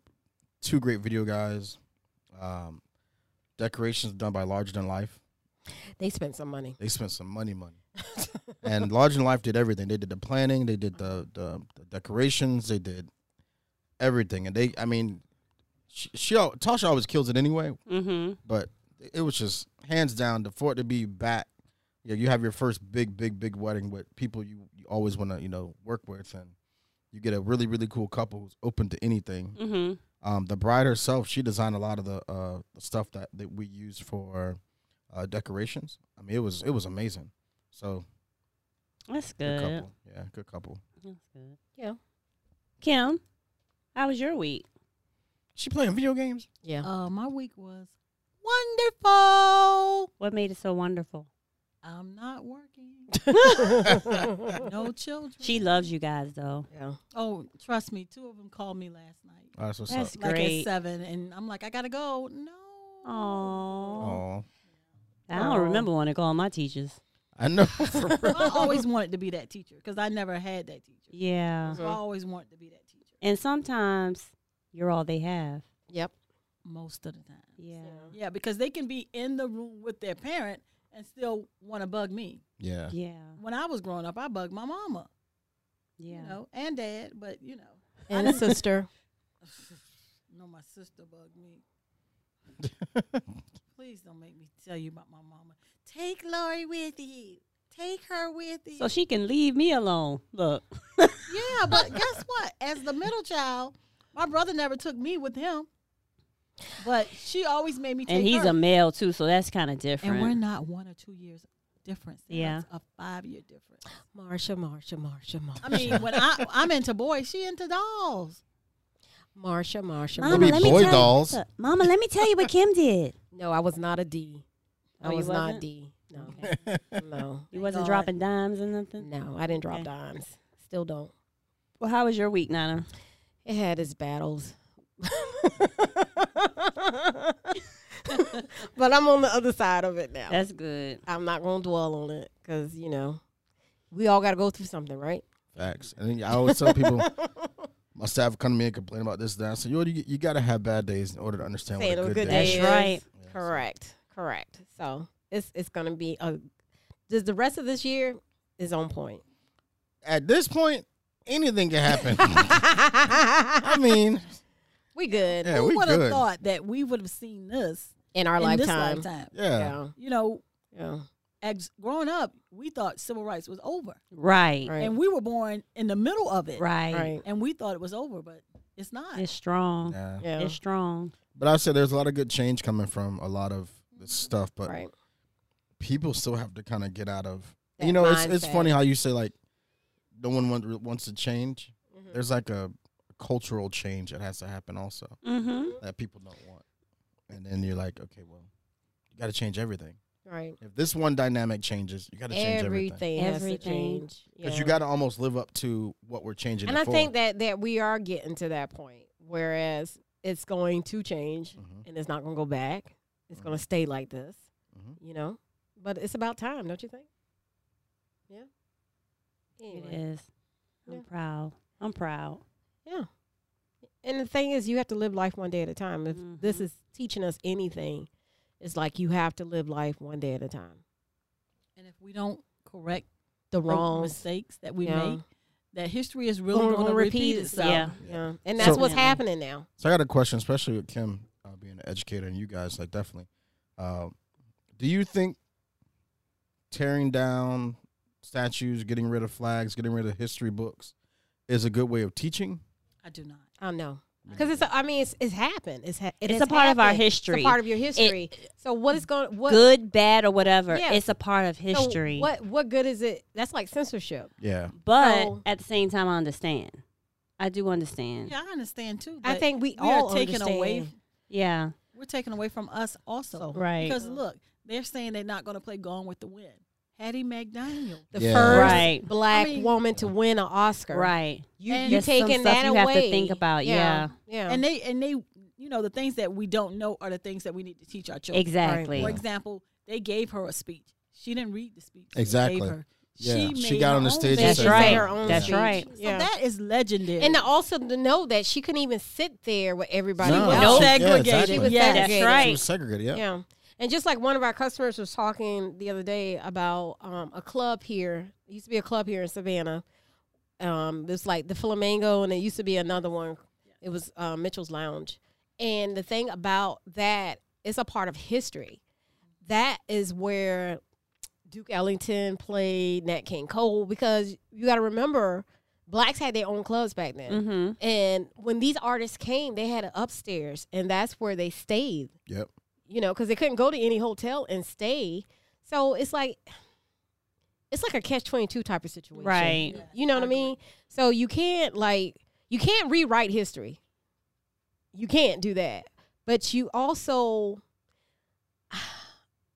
S3: two great video guys. Um, decorations done by Larger Than Life.
S2: They spent some money.
S3: They spent some money, money. and Larger Than Life did everything. They did the planning. They did the the, the decorations. They did everything. And they, I mean, she, she al- Tasha always kills it anyway.
S1: Mm-hmm.
S3: But it was just hands down the for it to be back. You know, you have your first big, big, big wedding with people you, you always want to you know work with, and you get a really, really cool couple who's open to anything.
S1: Mm-hmm.
S3: Um, the bride herself, she designed a lot of the uh, the stuff that, that we use for uh, decorations. I mean, it was it was amazing. So
S1: That's
S3: good
S1: good.
S3: couple, yeah, good couple.
S1: That's good.
S2: Yeah.
S1: Kim, how was your week?
S3: She playing video games.
S2: Yeah.
S4: Uh, my week was wonderful.
S1: What made it so wonderful?
S4: I'm not working.
S2: yeah.
S4: No children.
S1: She loves you guys, though.
S4: Oh, trust me. Two of them called me last night,
S3: All right, so what's
S1: That's
S3: up?
S4: like
S1: great.
S4: at seven, and I'm like, I gotta go. No.
S1: Oh,
S3: Oh,
S1: I don't
S2: Aw.
S1: remember when to call my teachers.
S3: I know. for real.
S4: I always wanted to be that teacher because I never had that teacher.
S1: Yeah,
S4: So I always wanted to be that teacher
S1: and sometimes you're all they have.
S2: Yep.
S4: most of the time.
S1: Yeah,
S4: Yeah, because they can be in the room with their parent and still want to bug me.
S3: yeah,
S1: yeah,
S4: When I was growing up, I bugged my mama,
S1: yeah.
S4: you know, and dad, but you know,
S2: And a sister.
S4: no, my sister bugged me. Please don't make me tell you about my mama. Take Lori with you. Take her with you.
S1: So she can leave me alone. Look,
S4: yeah, but guess what? As the middle child, my brother never took me with him, but she always made me. Take
S1: and he's
S4: her.
S1: a male too, so that's kind of different.
S4: and we're not one or two years difference.
S1: Yeah.
S4: It's a five year difference.
S2: Marsha, Marsha, Marsha, Marsha.
S4: I mean, when I I'm into boys, she into dolls.
S2: Marsha, Marsha,
S3: Mama, Maybe
S2: Marsha.
S3: let me boy tell you- dolls. look,
S1: Mama, let me tell you what Kim did.
S2: No, I was not a D. I
S1: Oh, you
S2: was not
S1: wasn't?
S2: D. No.
S1: Okay.
S2: No.
S1: You wasn't
S4: God.
S1: dropping dimes or nothing.
S2: No, I didn't drop
S1: Okay.
S2: dimes. Still don't.
S1: Well, how was your week, Nana?
S2: It had its battles. but I'm on the other side of it now.
S1: That's good.
S2: I'm not going to dwell on it because, you know, we all got to go through something, right?
S3: facts. And then I always tell people, my staff come to me and complain about this, that. I said, you you gotta have bad days in order to understand
S2: Say
S3: what a good, day.
S1: That's
S3: is.
S1: days. right.
S3: Yeah, so-
S2: Correct. Correct. So it's it's going to be a. Does the rest of this year is on point.
S3: At this point, anything can happen. I mean,
S2: we good
S3: Yeah,
S4: Who
S3: we
S4: would have
S3: good.
S4: thought that we would have seen this
S2: in our
S4: in
S2: lifetime.
S4: this lifetime?
S3: yeah.
S2: Yeah.
S4: You know,
S2: Yeah.
S4: as growing up, we thought civil rights was over,
S1: Right,
S2: Right.
S4: and we were born in the middle of it,
S1: right.
S2: right.
S4: And we thought it was over, but it's not.
S1: It's strong.
S3: yeah.
S2: Yeah.
S1: It's strong.
S3: But I said there's a lot of good change coming from a lot of this stuff, but
S2: right.
S3: people still have to kind of get out of.
S2: That
S3: you know, it's, it's
S2: mindset.
S3: funny how you say like, no one want, wants to change.
S2: Mhm.
S3: There's like a cultural change that has to happen also
S1: Mm-hmm.
S3: that people don't want, and then you're like, okay, well, you got to change everything.
S2: Right.
S3: If this one dynamic changes, you got to change everything.
S2: Everything. Has to
S1: Everything.
S2: change.
S3: Because
S2: Yeah.
S3: you got to almost live up to what we're changing.
S2: and
S3: it
S2: I
S3: for.
S2: think that that we are getting to that point, whereas it's going to change
S3: Mhm.
S2: and it's not going to go back. It's going
S3: Mhm.
S2: to stay like this,
S3: Mhm.
S2: you know. But it's about time, don't you think? Yeah. Anyway.
S1: It is. I'm
S2: Yeah.
S1: proud. I'm proud.
S2: Yeah. And the thing is, you have to live life one day at a time. If this
S1: Mhm.
S2: is teaching us anything, it's like you have to live life one day at a time.
S4: And if we don't correct
S2: The
S4: the
S2: wrong,
S4: mistakes that we
S2: yeah.
S4: make, that history is really
S2: Gonna
S4: going to repeat
S2: repeat
S4: itself.
S1: Yeah.
S2: yeah, and that's
S3: So-
S2: what's
S1: Yeah.
S2: happening now.
S3: So I got a question, especially with Kim uh, being an educator and you guys, like definitely. Um, do you think tearing down statues, getting rid of flags, getting rid of history books is a good way of teaching?
S4: I do not.
S2: I don't know because it's. I mean, it's, it's happened. It's ha- it
S1: It's
S2: has
S1: a part of our
S2: happened.
S1: history.
S2: It's a part of your history. so what is going? What
S1: Good, bad, or whatever.
S2: Yeah.
S1: It's a part of
S2: so
S1: history.
S2: what what good is it? That's like censorship.
S3: Yeah.
S1: But
S2: So-
S1: at the same time, I understand. I do understand. Yeah.
S4: Yeah, I understand too.
S2: I
S4: but
S2: think we,
S4: we
S2: all
S4: are taking away.
S2: understand.
S4: We're taking away from us also,
S1: Right.
S4: Because look, they're saying they're not going to play Gone with the Wind. Hattie McDaniel.
S2: the
S3: Yeah.
S2: first
S1: Right.
S2: black
S4: I mean-
S2: woman to win an Oscar.
S1: Right.
S2: You
S4: And
S2: you
S4: That's
S1: some
S2: taking
S1: stuff
S2: that
S1: you
S2: away?
S1: have to think about, yeah.
S2: Yeah.
S4: And they and they, you know, the things that we don't know are the things that we need to teach our children.
S1: Exactly.
S4: For example, they gave her a speech. She didn't read the speech. they
S3: Exactly.
S4: gave her.
S3: Yeah.
S4: She,
S3: She
S4: made
S3: got
S4: her
S3: on the
S4: own
S3: stage
S4: speech.
S3: and
S1: That's
S3: said
S2: She
S1: right.
S2: made her own
S1: That's
S2: speech.
S1: right.
S4: So
S2: Yeah.
S4: that is legendary.
S2: and to also to know that she couldn't even sit there with everybody
S3: No,
S2: else.
S4: Nope.
S3: she- yeah,
S4: Segregated.
S3: exactly.
S2: She was
S4: Yeah, that's
S2: segregated.
S1: right.
S3: She was segregated. Yeah.
S2: Yeah. And just like one of our customers was talking the other day about um, a club here. It used to be a club here in Savannah. Um, it's like the Flamingo, and it used to be another one. It was uh, Mitchell's Lounge. And the thing about that, it's a part of history. That is where Duke Ellington played Nat King Cole because you got to remember, blacks had their own clubs back then.
S1: Mm-hmm.
S2: And when these artists came, they had an upstairs, and that's where they stayed
S3: Yep.
S2: you know, because they couldn't go to any hotel and stay. So it's like, it's like a catch twenty two type of situation,
S1: Right.
S2: You know what I mean? So you can't like you can't rewrite history. You can't do that, but you also,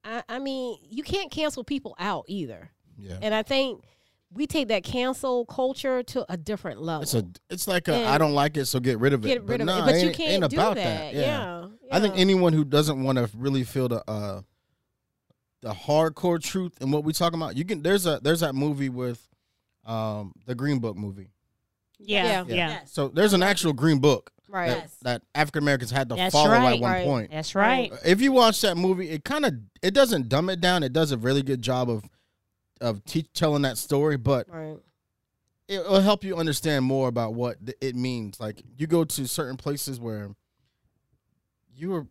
S2: I, I mean, you can't cancel people out either.
S3: Yeah.
S2: And I think we take that cancel culture to a different level.
S3: It's a. It's like a.
S2: And-
S3: I don't like it, so get rid of it.
S2: Get rid of
S3: nah,
S2: it, but you
S3: ain't-
S2: can't
S3: ain't
S2: do
S3: about
S2: that. Yeah.
S3: I think
S2: yeah.
S3: anyone who doesn't want to really feel the uh the hardcore truth and what we talking about, you can there's a there's that movie with um the Green Book movie.
S1: Yeah.
S2: Yeah.
S1: Yeah.
S4: Yes.
S3: So there's an actual Green Book
S2: right.
S3: that, that African Americans had to
S1: That's
S3: follow
S1: right.
S3: at one
S2: Right.
S3: point.
S1: That's right.
S3: If you watch that movie, it kind of it doesn't dumb it down. It does a really good job of of teach, telling that story, but
S2: Right.
S3: it will help you understand more about what th- it means. Like you go to certain places where you are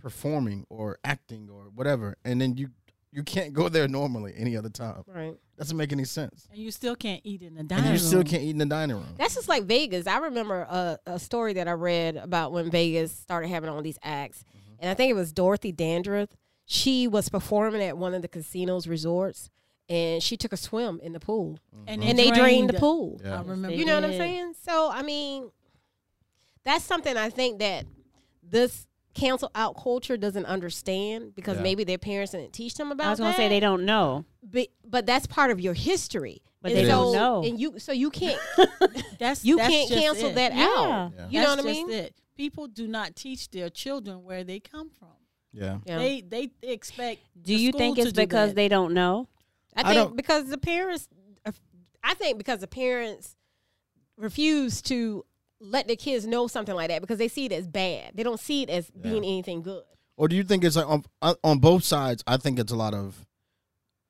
S3: performing or acting or whatever, and then you you can't go there normally any other time.
S2: Right.
S3: Doesn't make any sense.
S4: And you still can't eat in the dining
S3: And you still
S4: room.
S3: can't eat in the dining room.
S2: That's just like Vegas. I remember a, a story that I read about when Vegas started having all these acts,
S3: Mm-hmm.
S2: and I think it was Dorothy Dandruff. She was performing at one of the casinos resorts, and she took a swim in the pool,
S4: And,
S2: and they drained the pool.
S3: Mm-hmm. Yeah.
S4: I remember.
S2: You know what I'm
S1: Yeah.
S2: saying? So I mean, that's something I think that this cancel out culture doesn't understand because
S3: Yeah.
S2: maybe their parents didn't teach them about.
S1: I was gonna
S2: that
S1: say they don't know.
S2: but, but that's part of your history.
S1: But
S2: And
S3: they
S2: so,
S3: don't
S1: know.
S2: and you so you can't
S4: That's
S2: you
S4: that's
S2: can't
S4: just
S2: cancel
S4: it.
S2: that out.
S3: Yeah.
S2: You know
S4: That's
S2: what I
S4: just
S2: mean?
S4: It. People do not teach their children where they come from.
S3: Yeah.
S2: Yeah.
S4: They they expect.
S1: Do
S4: the
S1: you
S4: school
S1: think
S4: to
S1: it's
S4: do
S1: because
S4: that.
S1: they don't know?
S2: I
S3: I
S2: think
S3: don't-
S2: because the parents, I think because the parents refuse to let their kids know something like that because they see it as bad. They don't see it as being anything good.
S3: Or do you think it's like on on- on both sides? I think it's a lot of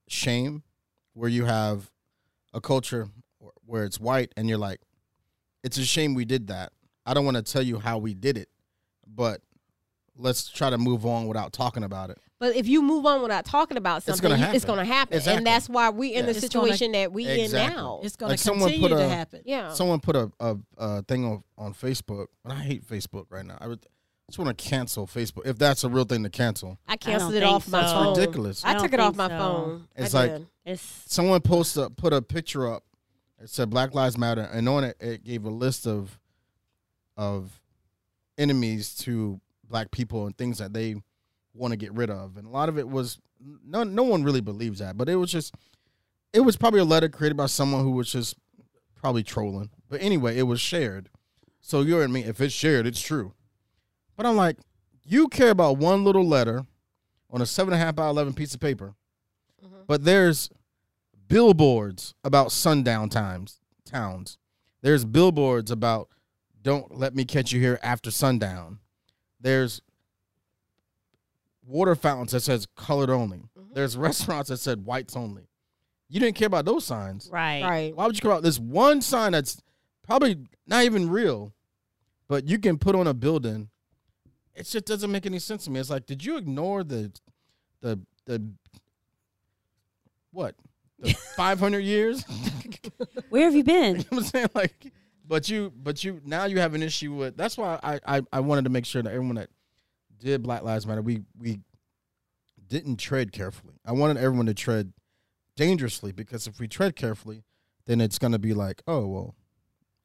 S3: shame, where you have a culture wh- where it's white, and you're like, it's a shame we did that. I don't want to tell you how we did it, but let's try to move on without talking about it.
S2: But if you move on without talking about something,
S3: gonna
S2: you-
S3: happen.
S2: it's going to happen,
S3: Exactly.
S2: and that's why we in
S3: Yeah.
S2: the
S4: It's gonna-
S2: situation that we in
S3: Exactly.
S2: now.
S4: It's going
S3: Like,
S4: to
S3: someone
S4: continue
S3: put
S4: to
S3: a-
S4: happen.
S2: yeah,
S3: Someone put a, a, a thing on, on Facebook, and I hate Facebook right now. I would, just want to cancel Facebook if that's a real thing to cancel.
S2: I canceled
S1: don't
S2: it off
S1: think
S2: my
S1: so.
S2: phone.
S3: Ridiculous.
S1: I
S2: I, took
S1: don't
S2: it off
S1: think
S2: my
S1: so.
S2: phone.
S3: It's
S2: I
S3: like-
S2: did.
S1: It's
S3: Someone posted up- put a picture up. It said Black Lives Matter, and on it it gave a list of of enemies to black people and things that they want to get rid of, and a lot of it was no no one really believes that, but it was just it was probably a letter created by someone who was just probably trolling. But anyway, it was shared. So you're in me. If it's shared, it's true. But I'm like, you care about one little letter on a seven and a half by eleven piece of paper,
S2: Mhm.
S3: but there's billboards about sundown times towns. There's billboards about don't let me catch you here after sundown. There's water fountains that says colored only.
S2: Mhm.
S3: There's restaurants that said whites only. You didn't care about those signs.
S1: right.
S2: Right.
S3: Why would you come out this one sign that's probably not even real, but you can put on a building? It just doesn't make any sense to me. It's like, did you ignore the, the the, what, the five hundred years?
S1: Where have you
S3: You
S1: been?
S3: know what I'm saying like, but you, but you now you have an issue with. That's why I, I, I wanted to make sure that everyone that did Black Lives Matter, we we didn't tread carefully. I wanted everyone to tread dangerously because if we tread carefully, then it's gonna be like, oh well,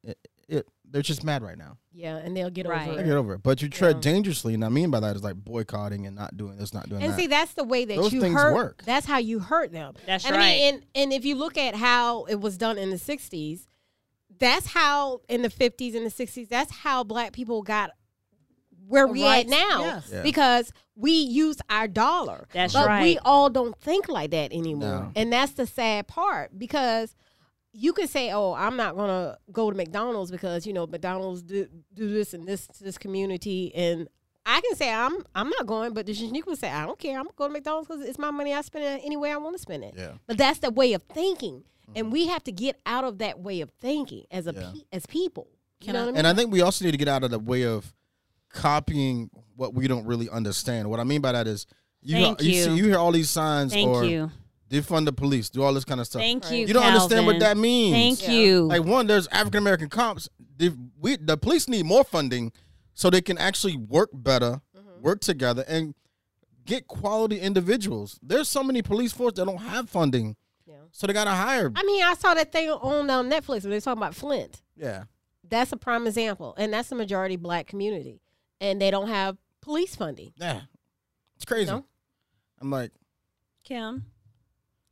S3: it, it they're just mad right now.
S2: Yeah, and they'll get
S1: Right.
S2: over
S3: I
S2: it.
S3: get over it. But you tread
S2: Yeah.
S3: dangerously, and I mean by that is like boycotting and not doing this, not doing
S2: And
S3: that.
S2: see, that's the way that
S3: Those
S2: you
S3: things
S2: hurt.
S3: work.
S2: That's how you hurt them.
S1: That's
S2: and
S1: right.
S2: I mean, and, and if you look at how it was done in the '60s, that's how in the '50s and the '60s, that's how Black people got where we
S4: Right.
S2: at now
S4: Yes.
S3: Yeah.
S2: because we use our dollar.
S1: That's
S2: but we
S1: right.
S2: all don't think like that anymore,
S3: No.
S2: and that's the sad part because. You can say, "Oh, I'm not gonna go to McDonald's because you know McDonald's do, do this and this to this community, and I can say I'm I'm not going, but the Shanique would say I don't care. I'm gonna go to McDonald's because it's my money. I spend it any way I want to spend it.
S3: yeah, Mm-hmm.
S2: But that's the way of thinking, and we have to get out of that way of thinking as a
S3: Yeah.
S2: pe- as people. You
S4: Can
S2: know
S4: I-
S2: what I mean?
S3: and I think we also need to get out of the way of copying what we don't really understand. What I mean by that is. You,
S1: Thank
S3: you.
S1: you.
S3: see, you hear all these signs
S1: Thank
S3: or
S1: you.
S3: defund the police, do all this kind of stuff.
S1: Thank you.
S3: you don't understand what
S1: Calvin.
S3: that means.
S1: Thank
S2: Yeah.
S1: you.
S3: Like one, there's African American cops. The, we the police need more funding so they can actually work better,
S2: Mm-hmm.
S3: work together, and get quality individuals. There's so many police force that don't have funding,
S2: Yeah.
S3: so they gotta hire.
S2: I mean, I saw that thing on um, Netflix where they talking about Flint.
S3: yeah,
S2: That's a prime example, and that's the majority black community, and they don't have police funding.
S3: yeah, it's crazy.
S2: No.
S3: I'm like,
S1: Kim,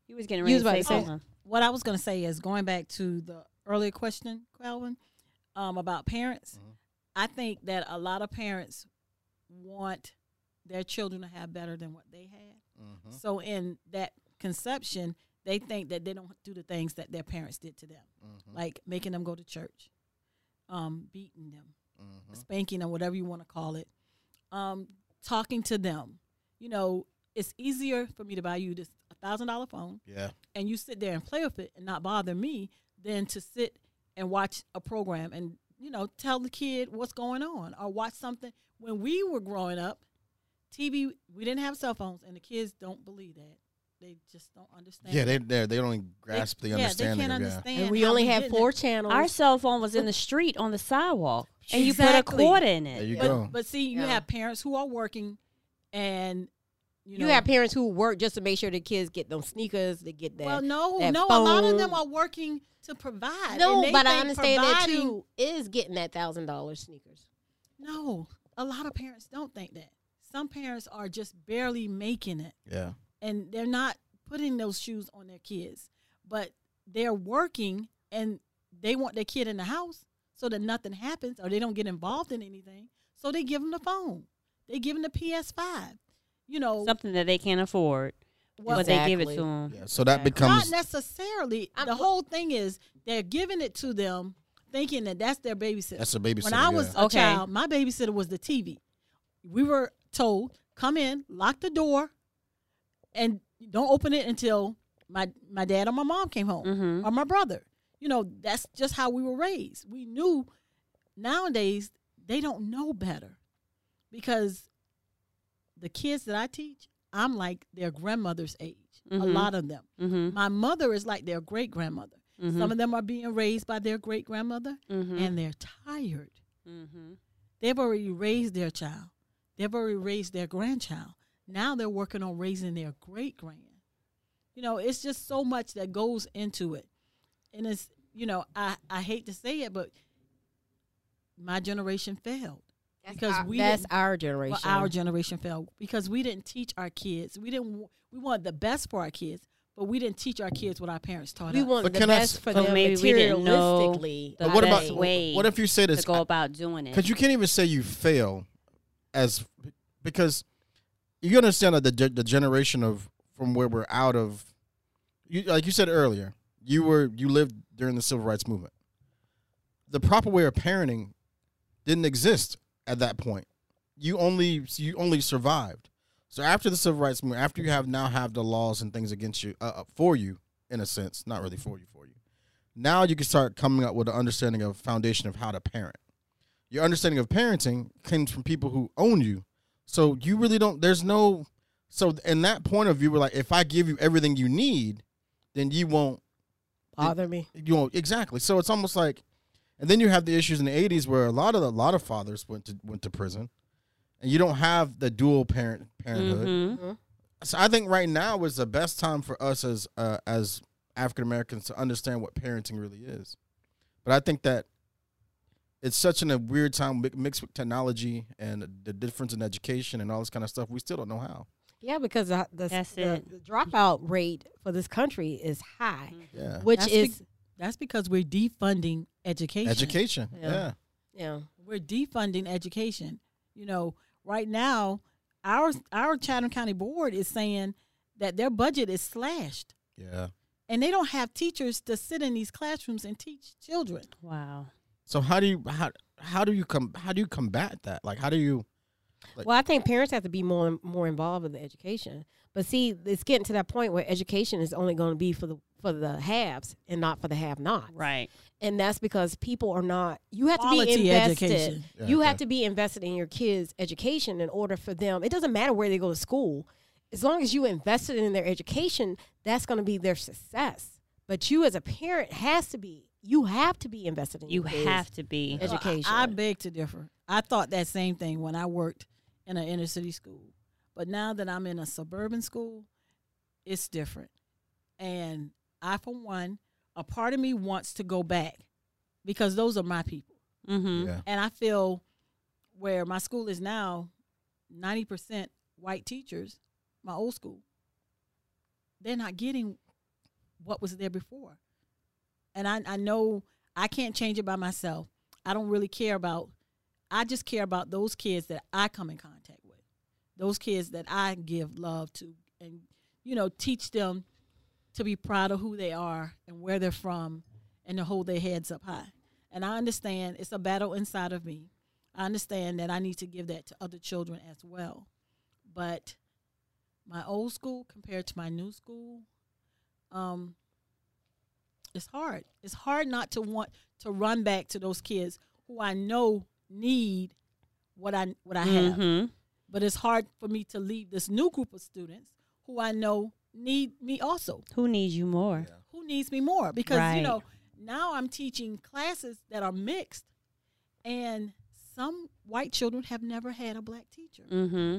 S1: you was getting
S2: You
S1: ready
S2: was
S1: to
S2: about
S1: say
S2: to say
S1: something.
S4: What I was going to say is going back to the earlier question, Calvin, um, about parents.
S3: Mhm.
S4: I think that a lot of parents want their children to have better than what they had.
S3: mhm,
S4: So in that conception, they think that they don't do the things that their parents did to them,
S3: mhm,
S4: like making them go to church, um, beating them,
S3: mhm.
S4: spanking them, whatever you want to call it, um, talking to them. You know, it's easier for me to buy you this thousand dollar phone
S3: yeah,
S4: and you sit there and play with it and not bother me than to sit and watch a program and you know tell the kid what's going on or watch something when we were growing up tv we didn't have cell phones and the kids don't believe that they just don't understand
S3: yeah.
S4: it.
S3: They they they don't even
S4: They-
S3: grasp the
S4: yeah,
S3: understanding.
S4: they can't
S3: of, yeah.
S4: understand
S2: And we
S4: how
S2: only
S4: we
S2: have
S4: did
S2: four
S4: it.
S2: channels.
S1: Our cell phone was in the street on the sidewalk, and you put a
S4: Exactly.
S1: quarter in
S3: There
S1: it.
S3: you
S4: but,
S3: go.
S4: but see you
S2: Yeah.
S4: have parents who are working and you,
S2: you,
S4: know,
S2: have parents who work just to make sure the kids get them sneakers, they get that.
S4: well no
S2: that
S4: no a lot of them
S2: phone.
S4: are working to provide
S2: no,
S4: and they
S2: but I
S4: think
S2: understand that
S4: providing-
S2: too is getting that thousand dollars sneakers.
S4: No, a lot of parents don't think that. Some parents are just barely making it
S3: yeah,
S4: and they're not putting those shoes on their kids, but they're working and they want their kid in the house so that nothing happens or they don't get involved in anything. So they give them the phone, they give them the PS5. You know,
S1: Something that they can't afford,
S4: what-
S1: but they give it to
S2: Exactly.
S1: them.
S3: yeah. So that
S2: Exactly.
S3: becomes
S4: Not necessarily.
S2: I'm-
S4: the whole thing is they're giving it to them, thinking that that's their babysitter.
S3: that's a babysitter.
S4: When I was
S3: yeah.
S4: a
S1: Okay.
S4: child, my babysitter was the TV. We were told, come in, lock the door, and don't open it until my my dad or my mom came home
S1: Mm-hmm.
S4: or my brother. You know, that's just how we were raised. We knew nowadays they don't know better because the kids that I teach, I'm like their grandmother's age, a
S1: Mhm.
S4: lot of them.
S1: Mm-hmm.
S4: My mother is like their great grandmother.
S1: Mm-hmm.
S4: Some of them are being raised by their great grandmother
S1: mm-hmm.
S4: and they're tired.
S1: mm-hmm.
S4: They've already raised their child. They've already raised their grandchild. Now they're working on raising their great grand. You know, it's just so much that goes into it. And it's, you know, I, I hate to say it, but my generation failed.
S2: That's
S4: Because
S2: our,
S4: we
S2: that's
S4: didn't-
S2: our generation.
S4: Well, our generation failed because we didn't teach our kids. We didn't. w- We wanted the best for our kids, but we d't teach our kids what our parents taught
S2: we
S4: us.
S2: wanted
S3: But
S2: the
S3: can I
S2: best
S3: s-
S2: for
S1: But
S2: them
S1: maybe we didn't know
S2: materialistically.
S1: the
S3: But what
S1: best
S3: about
S1: way
S3: what if you say
S1: to
S3: this?
S1: go about doing it.
S3: Because you can't even say you fail, as because you understand that the ge- the generation of from where we're out of, you like you said earlier, you were you lived during the civil rights movement. The proper way of parenting didn't exist at that point. You only you only survived. So after the civil rights movement, after you have now have the laws and things against you uh, uh, for you in a sense, not really for you for you. Now you can start coming up with an understanding of foundation of how to parent your understanding of parenting comes from people who own you. So you really don't. There's no. So in that point of view, we're like, if I give you everything you need, then you won't.
S2: Bother me.
S3: You won't exactly. So it's almost like, and then you have the issues in the '80s where a lot of a lot of fathers went to went to prison, and you don't have the dual parent parenthood. Uh-huh.
S1: Mhm.
S3: So I think right now is the best time for us as uh, as African Americans to understand what parenting really is. But I think that it's such in a weird time mi- mixed with technology and the difference in education and all this kind of stuff. We still don't know how.
S2: Yeah, because the, the,
S1: That's
S2: the-
S1: it.
S2: the dropout rate for this country is high,
S3: Yeah,
S2: which
S4: That's
S2: is
S4: be- That's because we're defunding education.
S3: education.
S2: Yeah.
S3: Yeah.
S2: yeah.
S4: We're defunding education. You know, right now, our our Chatham County Board is saying that their budget is slashed,
S3: yeah,
S4: and they don't have teachers to sit in these classrooms and teach children.
S1: Wow.
S3: So how do you how how do you come how do you combat that? Like how do you? Like-
S2: well, I think parents have to be more more involved with the education. But see, it's getting to that point where education is only going to be for the for the haves and not for the have nots
S1: Right.
S2: and that's because people are not you have to
S4: Quality
S2: be invested
S4: education.
S3: Yeah,
S2: you
S3: yeah.
S2: have to be invested in your kids education in order for them it doesn't matter where they go to school as long as you invested in their education that's going to be their success but you as a parent has to be you have to be invested in
S1: You
S2: your kids.
S1: have to be.
S2: Edu-
S4: Well, I-
S2: education.
S4: I, beg to differ. I thought that same thing when I worked in an inner city school. But now that I'm in a suburban school, it's different. And I, for one, a part of me wants to go back because those are my people.
S1: Mm-hmm.
S3: Yeah.
S4: And I feel where my school is now 90% white teachers, my old school, they're not getting what was there before. And I, I know I can't change it by myself. I don't really care about, I just care about those kids that I come in contact with, those kids that I give love to and, you know, teach them to be proud of who they are and where they're from and to hold their heads up high. And I understand it's a battle inside of me. I understand that I need to give that to other children as well. But my old school compared to my new school, um, it's hard. It's hard not to want to run back to those kids who I know need what I what I have
S1: Mm-hmm.
S4: but it's hard for me to leave this new group of students who I know need me also.
S1: Who needs you more?
S4: Who needs me more? Because
S1: Right.
S4: you know, now I'm teaching classes that are mixed and some white children have never had a black teacher.
S1: Mm-hmm.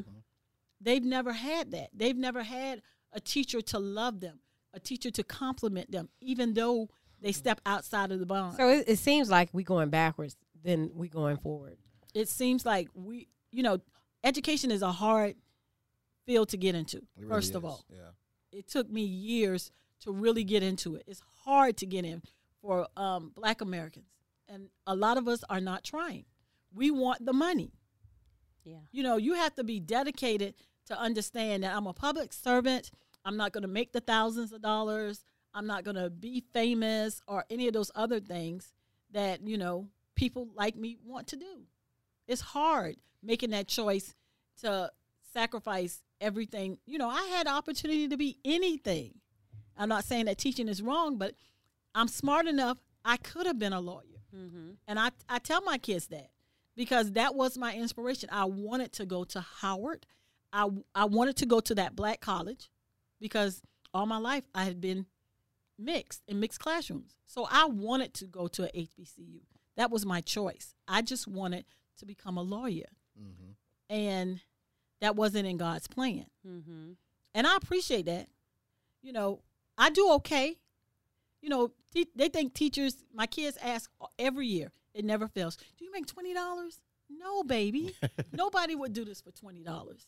S4: They've never had that. They've never had a teacher to love them, a teacher to compliment them even though they step outside of the bound.
S2: so it, it seems like we going backwards then we going forward
S4: it seems like we, you know, education is a hard field to get into.
S3: It really
S4: first of
S3: is.
S4: all,
S3: yeah,
S4: it took me years to really get into it. It's hard to get in for um, Black Americans, and a lot of us are not trying. We want the money.
S1: Yeah.
S4: You know, you have to be dedicated to understand that I'm a public servant. I'm not going to make the thousands of dollars. I'm not going to be famous or any of those other things that, you know, people like me want to do. It's hard making that choice to sacrifice everything. You know, I had the opportunity to be anything. I'm not saying that teaching is wrong, but I'm smart enough. I could have been a lawyer.
S1: Mm-hmm.
S4: And I, I tell my kids that because that was my inspiration. I wanted to go to Howard. I, I wanted to go to that black college because all my life I had been mixed in mixed classrooms. So I wanted to go to a HBCU. That was my choice. I just wanted to become a lawyer.
S3: hmm
S4: and that wasn't in God's plan.
S1: Mm-hmm.
S4: And I appreciate that. You know, I do okay. You know, te- they think teachers, my kids ask every year, it never fails. Do you make $20? No, baby. Nobody would do this for $20.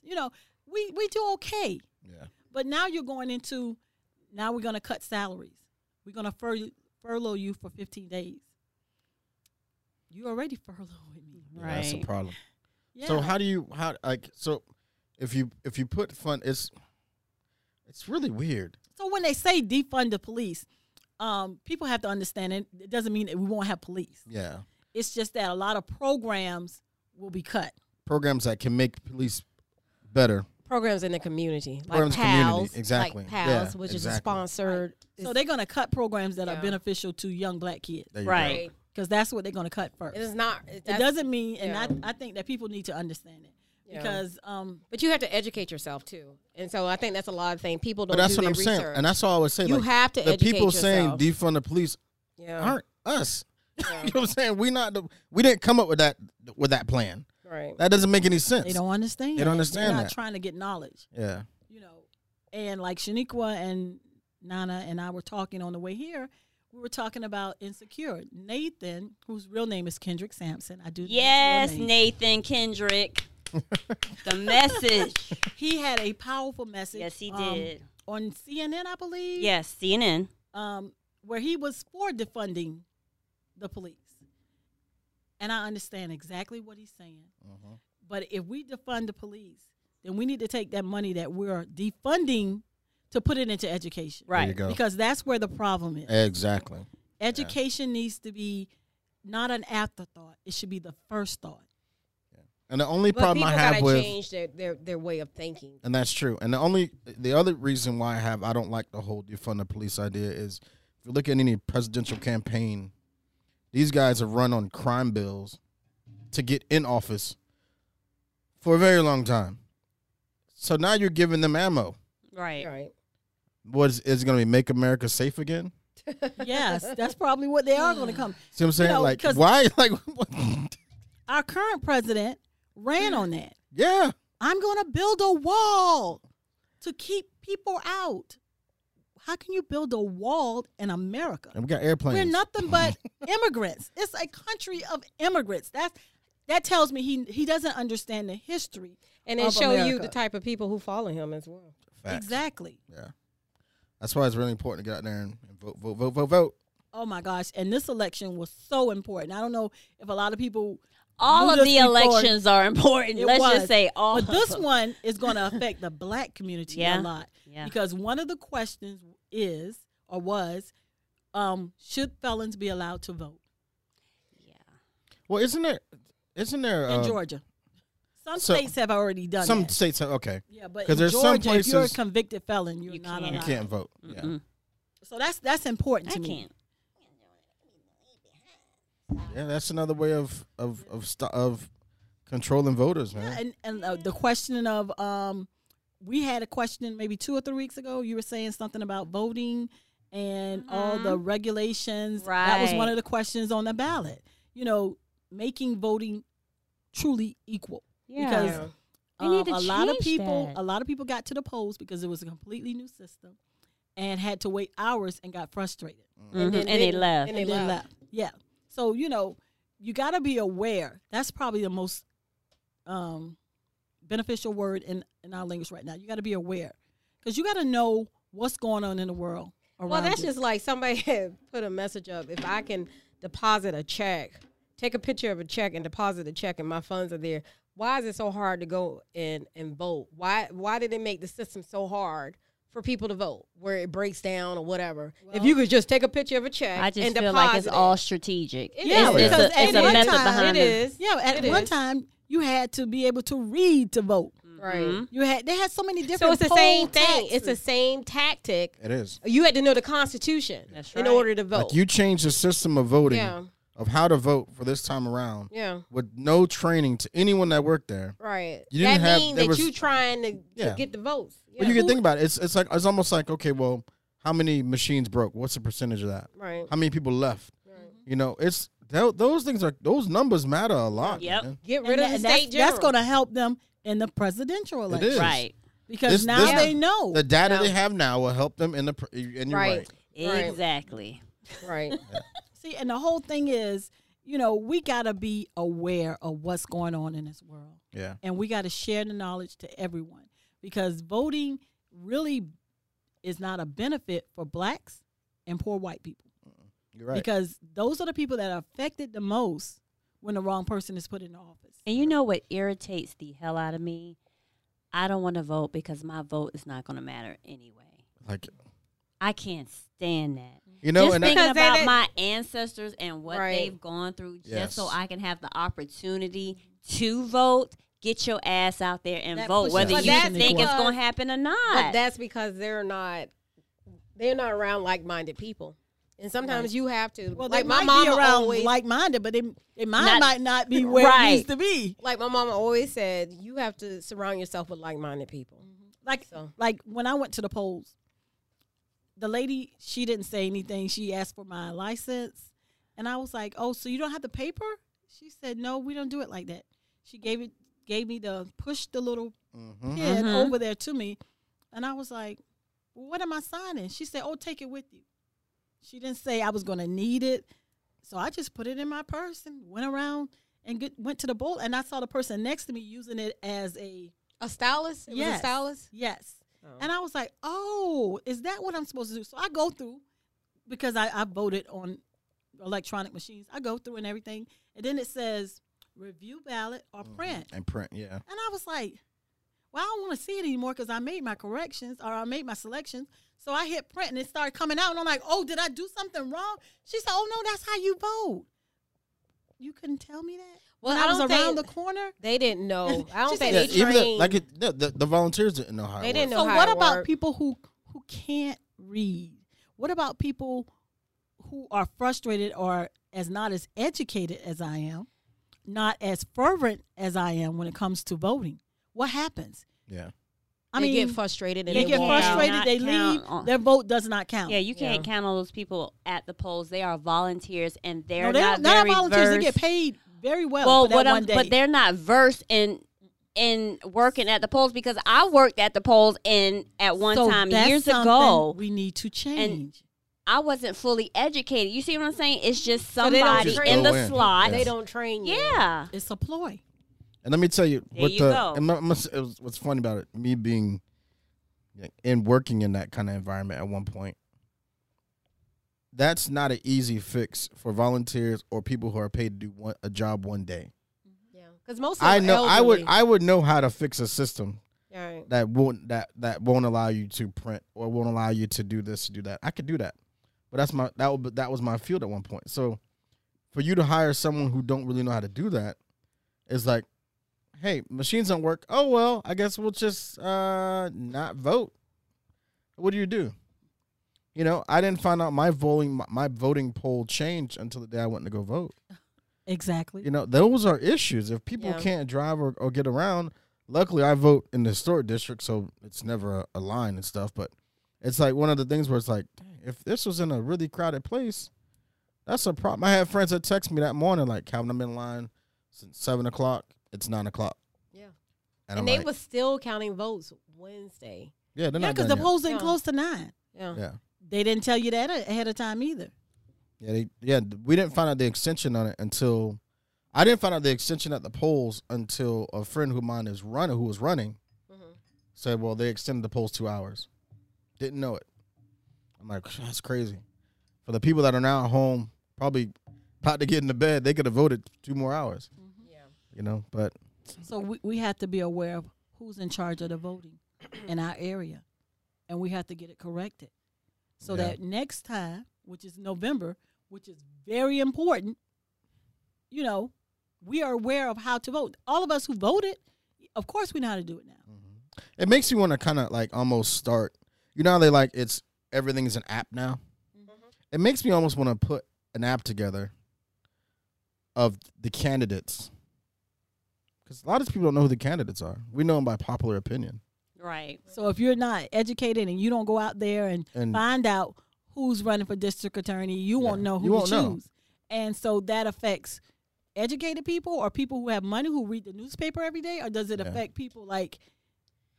S4: You know, we, we do okay.
S3: Yeah.
S4: But now you're going into now we're going to cut salaries. We're going to fur- furlough you for 15 days. You already furloughed me.
S3: Yeah, That's a
S1: Right.
S3: problem.
S4: Yeah.
S3: So how do you how like so if you if you put fun it's it's really weird.
S4: So when they say defund the police, um, people have to understand it. It doesn't mean that we won't have police.
S3: Yeah.
S4: It's just that a lot of programs will be cut.
S3: Programs that can make police better.
S2: programs in the community, like
S3: Programs in the
S2: PALS,
S3: community, exactly.
S2: like PALS,
S3: Yeah,
S2: which is a
S3: exactly.
S2: sponsored.
S4: So they're going to cut programs that
S2: Yeah.
S4: are beneficial to young black kids
S3: There you go.
S1: Right.
S4: because that's what they're going to cut first.
S2: It is not.
S4: it doesn't mean, and
S2: yeah.
S4: I, I think that people need to understand it
S2: Yeah.
S4: because um,
S2: But you have to educate yourself too, and so I think that's a lot of things people don't.
S3: But that's
S2: do
S3: what I'm
S2: their
S3: saying.
S2: research.
S3: And that's all I would say.
S2: You
S3: like,
S2: have to
S3: the
S2: educate
S3: people saying
S2: yourself.
S3: defund the police
S2: yeah,
S3: aren't us.
S2: Yeah.
S3: you know what I'm saying? We not the, we didn't come up with that with that plan.
S2: right.
S3: That doesn't make any sense.
S4: they don't understand.
S3: They don't
S4: are
S3: understand
S4: not
S3: that.
S4: trying to get knowledge.
S3: yeah.
S4: you know, and like Shaniqua and Nana and I were talking on the way here, we were talking about insecure. Nathan, whose real name is Kendrick Sampson, I do. know his real
S1: Yes,
S4: name.
S1: Nathan Kendrick. the message.
S4: He had a powerful message.
S1: Yes, he
S4: um,
S1: did.
S4: on CNN, I believe.
S1: Yes, CNN.
S4: um, where he was for defunding the police, and I understand exactly what he's saying.
S3: Mhm.
S4: But if we defund the police, then we need to take that money that we're defunding to put it into education,
S3: There you
S1: Right.
S3: go.
S4: Because that's where the problem is.
S3: Exactly.
S4: Education needs to be not an afterthought. It should be the first thought.
S3: And the only
S2: But
S3: problem
S2: people
S3: I have
S2: gotta
S3: with
S2: change their, their their way of thinking.
S3: and that's true. And the only the other reason why I have I don't like the whole defund the police idea is if you look at any presidential campaign, these guys have run on crime bills to get in office for a very long time. So now you're giving them ammo.
S1: Right.
S2: Right.
S3: What is, is it going to be? Make America safe again?
S4: Yes, that's probably what they are going to come.
S3: See what I'm saying?
S4: No,
S3: like
S4: 'cause-
S3: why? Like
S4: Our current president ran on that.
S3: yeah,
S4: I'm going to build a wall to keep people out. How can you build a wall in America?
S3: and we got airplanes.
S4: We're nothing but immigrants. It's a country of immigrants. That's that tells me he he doesn't understand the history.
S2: And it
S4: of
S2: show you the
S4: America.
S2: type of people who follow him as well.
S3: Facts.
S4: Exactly.
S3: Yeah, that's why it's really important to get out there and and vote, vote, vote, vote, vote.
S4: Oh my gosh! And this election was so important. I don't know if a lot of people
S1: All
S4: knew
S1: of
S4: this
S1: the
S4: before.
S1: elections are important.
S4: It
S1: Let's
S4: was.
S1: just say all.
S4: But this one is going to affect the black community
S1: Yeah.
S4: a lot
S1: Yeah.
S4: because one of the questions is or was, um, should felons be allowed to vote
S1: Yeah.
S3: Well, isn't there? Isn't there?
S4: in
S3: uh,
S4: Georgia? Some
S3: so-
S4: states have already
S2: Oh,
S4: done
S3: some
S4: that.
S3: states have okay.
S4: yeah, but
S3: 'cause
S4: in
S3: there's
S4: Georgia,
S3: some
S4: if you're a
S3: places-
S4: convicted felon, you're
S1: You
S4: not
S1: can't.
S4: allowed.
S3: You can't vote. Yeah,
S1: Mm-mm.
S4: So that's that's important
S1: I
S4: to me.
S1: can't.
S3: yeah, that's another way of of of st- of controlling voters, man.
S4: Yeah, and and uh, the question of um, we had a question maybe two or three weeks ago. You were saying something about voting and all the regulations. That was one
S1: Mm-hmm. Right.
S4: of the questions on the ballot. You know, making voting truly equal
S1: Yeah.
S4: because
S1: They need
S4: um,
S1: to
S4: a lot of
S1: change
S4: people,
S1: that.
S4: a lot of people got to the polls because it was a completely new system and had to wait hours and got frustrated
S1: Mhm,
S2: then
S1: And they
S2: didn't-
S1: left.
S2: and they
S4: and then
S2: left.
S4: left. Yeah. So you know, you got to be aware. That's probably the most um, beneficial word in in our language right now. You got to be aware because you got to know what's going on in the world. Around
S2: Well, that's
S4: you.
S2: just like somebody had put a message up. If I can deposit a check, take a picture of a check and deposit a check, and my funds are there. Why is it so hard to go and and vote? Why why did it make the system so hard for people to vote, where it breaks down or whatever? if you could just take a picture of a check,
S1: I just
S2: and
S1: feel
S2: deposit
S1: like it's
S2: it.
S1: all strategic.
S2: It
S4: Yeah,
S1: it's, it's
S4: because
S1: a,
S4: at
S1: it's a
S4: one
S1: method
S4: time-
S1: behind
S2: it
S1: it.
S2: is.
S4: yeah. At
S2: It
S4: one
S2: is.
S4: time, you had to be able to read to vote.
S1: Mm-hmm.
S2: right.
S4: You had they had so many different.
S2: So it's the
S4: poll
S2: same thing.
S4: taxes.
S2: It's the same tactic.
S3: It is.
S2: You had to know the Constitution
S1: That's
S2: in
S1: right.
S2: order to vote.
S3: Like you change the system of voting
S2: Yeah.
S3: of how to vote for this time around
S2: yeah.
S3: with no training to anyone that worked there.
S2: Right.
S3: You
S2: that
S3: didn't have-
S2: means
S3: there
S2: that
S3: was-
S2: you trying to,
S3: Yeah.
S2: to get the votes.
S3: But
S2: Yeah.
S3: you can think about it. It's it's like it's almost like okay, well, how many machines broke? What's the percentage of that?
S2: right.
S3: How many people left? You know, it's Tho- those things are those numbers matter a lot.
S1: Yep.
S3: man.
S2: Get
S4: And
S2: rid
S4: that-
S2: of the
S4: that's,
S2: state general.
S4: That's going to help them in the presidential
S3: It
S4: election
S3: is.
S1: Right.
S4: because
S3: This-
S4: now
S3: this-
S4: they know.
S3: The data
S2: No.
S3: they have now will help them in the pr- and you're right.
S2: Right. Right.
S1: Exactly.
S2: right.
S4: See, and the whole thing is, you know, we got to be aware of what's going on in this world.
S3: Yeah.
S4: and we got to share the knowledge to everyone because voting really is not a benefit for blacks and poor white people
S3: You're right.
S4: because those are the people that are affected the most when the wrong person is put in office.
S1: And you know what irritates the hell out of me? I don't want to vote because my vote is not going to matter anyway.
S3: like
S1: I can't stand that.
S3: you know,
S1: just
S3: and
S1: thinking
S2: Because they
S1: about
S2: didn't-
S1: my ancestors and what
S2: Right.
S1: they've gone through,
S3: Yes.
S1: just so I can have the opportunity to vote. Get your ass out there and
S4: That
S1: vote,
S4: pushes
S1: whether
S4: us
S1: you
S4: into
S1: think it's
S4: equality.
S1: going to happen or
S2: But
S1: not.
S2: that's because they're not they're not around like minded people. And sometimes you have to
S4: Well,
S2: like
S4: they
S2: my
S4: might
S2: mom
S4: be around
S2: always
S4: like-minded, but they, they mind
S1: Not-
S4: might not be where
S1: Right.
S4: it needs to be.
S2: like my mama always said, you have to surround yourself with like minded people.
S4: Like,
S2: So.
S4: like when I went to the polls, the lady she didn't say anything. She asked for my license, and I was like, "Oh, so you don't have the paper?" She said, "No, we don't do it like that." She gave it gave me the push the little
S3: Mhm.
S4: kid
S1: Mhm.
S4: over there to me, and I was like, well, "What am I signing?" She said, "Oh, take it with you." She didn't say I was going to need it, so I just put it in my purse and went around and get, went to the bowl, and I saw the person next to me using it as a
S2: A stylist? It was a stylist?
S4: Yes.
S2: Oh.
S4: And I was like, oh, is that what I'm supposed to do? So I go through because I, I voted on electronic machines. I go through and everything. And then it says review ballot or print.
S3: and print, yeah.
S4: And I was like, well, I don't want to see it anymore because I made my corrections or I made my selections. So I hit print and it started coming out. And I'm like, oh, did I do something wrong? She said, oh, no, that's how you vote. You couldn't tell me that?
S2: Well,
S4: When
S2: I
S4: I, was
S2: don't think-
S4: around the corner.
S2: They didn't know. I don't
S4: She
S2: think
S3: Yeah,
S2: they
S4: said-
S3: even the,
S2: trained.
S3: like it, the, the the volunteers didn't know how.
S2: They
S3: it
S2: didn't
S3: worked.
S2: know
S4: so
S2: how
S4: what
S2: it
S4: about
S2: worked.
S4: people who who can't read what about people who are frustrated or as not as educated as i am not as fervent as i am when it comes to voting what happens
S3: Yeah,
S4: i
S2: they
S4: mean
S2: get frustrated and
S4: they get
S1: won't
S2: walk out.
S4: frustrated
S1: count.
S4: they
S1: Not
S4: leave
S1: count.
S4: their vote does not count
S1: yeah, you can't
S2: Yeah.
S1: count on those people at the polls. They are volunteers, and they're
S4: no, they
S1: not
S4: don't- they're
S1: very
S4: not volunteers
S1: versed-
S4: they get paid very well,
S1: Well,
S4: for that
S1: what
S4: one
S1: I'm,
S4: day
S1: but they're not versed in in working at the polls because I worked at the polls and at one
S4: So
S1: time
S4: that's
S1: years
S4: something
S1: ago
S4: we need to change
S1: I wasn't fully educated. You see what I'm saying? It's just
S2: they don't
S1: somebody
S2: Just
S1: in the
S3: go in.
S1: slot.
S3: Yeah.
S2: They don't train you.
S1: Yeah.
S4: it's a ploy
S3: and let me tell you
S1: There
S3: what
S1: you
S3: the
S1: go.
S3: and my- my- it was, what's funny about it. Me being like, and working in that kind of environment at one point. That's not an easy fix for volunteers or people who are paid to do one, a job one day.
S2: Yeah. Cuz most of
S3: I
S2: them
S3: know I would
S2: elderly.
S3: I would know how to fix a system
S2: All right.
S3: that won't that that won't allow you to print or won't allow you to do this do that. I could do that, but that's my that would, that was my field at one point. So, for you to hire someone who don't really know how to do that, is like, hey, machines don't work. Oh well, I guess we'll just uh not vote. What do you do? You know, I didn't find out my voting my, my voting poll changed until the day I went to go vote.
S4: exactly
S3: You know, those are issues. If people
S2: Yeah.
S3: can't drive or, or get around, luckily I vote in the historic district, so it's never a, a line and stuff. But it's like one of the things where it's like, dang, if this was in a really crowded place, that's a problem. I had friends that text me that morning, like, Calvin, I'm in line since seven o'clock. It's nine o'clock.
S2: Yeah. And,
S3: And, I'm
S2: they
S3: like,
S2: was still counting votes Wednesday.
S3: yeah, they're
S4: yeah
S3: not done
S4: because the
S3: yet.
S4: polls didn't
S2: Yeah.
S4: close to nine
S2: Yeah.
S3: yeah.
S4: they didn't tell you that ahead of time either
S3: Yeah, they, yeah. th- We didn't find out the extension on it until I didn't find out the extension at the polls until a friend who mine is running, who was running,
S2: Mhm.
S3: said, "Well, they extended the polls two hours." Didn't know it. I'm like, that's crazy. For the people that are now at home, probably about to get into bed, they could have voted two more hours.
S2: Yeah.
S3: You know, but
S4: So we, we have to be aware of who's in charge of the voting in our area. And we have to get it corrected. So
S3: Yeah.
S4: that next time, which is November, which is very important, you know, we are aware of how to vote. All of us who voted, of course we know how to do it now.
S3: it makes you want to kind of like almost start. You know how they like it's everything's an app now. It makes me almost want to put an app together of the candidates because a lot of these people don't know who the candidates are. We know them by popular opinion.
S1: Right.
S4: So if you're not educated and you don't go out there and,
S3: And-
S4: find out who's running for district attorney, you won't
S3: Yeah.
S4: know who
S3: You
S4: to
S3: won't know.
S4: choose. And so that affects educated people or people who have money who read the newspaper every day, or does it
S3: Yeah.
S4: affect people like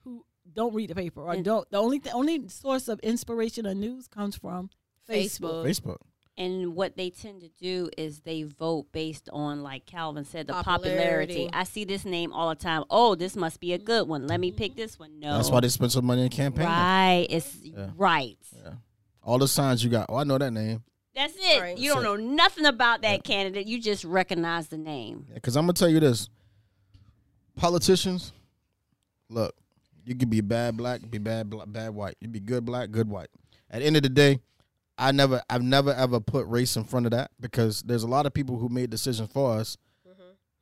S4: who don't read the paper or
S1: And-
S4: don't? The only the only source of inspiration or news comes from Facebook.
S3: Facebook.
S1: And what they tend to do is they vote based on, like Calvin said, the
S2: Popularity.
S1: popularity. I see this name all the time. Oh, this must be a good one. Let me pick this one. No,
S3: That's why they spend so much money in campaigning.
S1: right. It's right.
S3: All the signs you got. Oh, I know that name.
S1: That's it.
S2: Right.
S1: You don't know nothing about that candidate. You just recognize the name.
S3: Because I'm gonna tell you this: politicians, look, you could be bad black, be bad bla bad white. You be good black, good white. At the end of the day, I never, I've never ever put race in front of that because there's a lot of people who made decisions for us,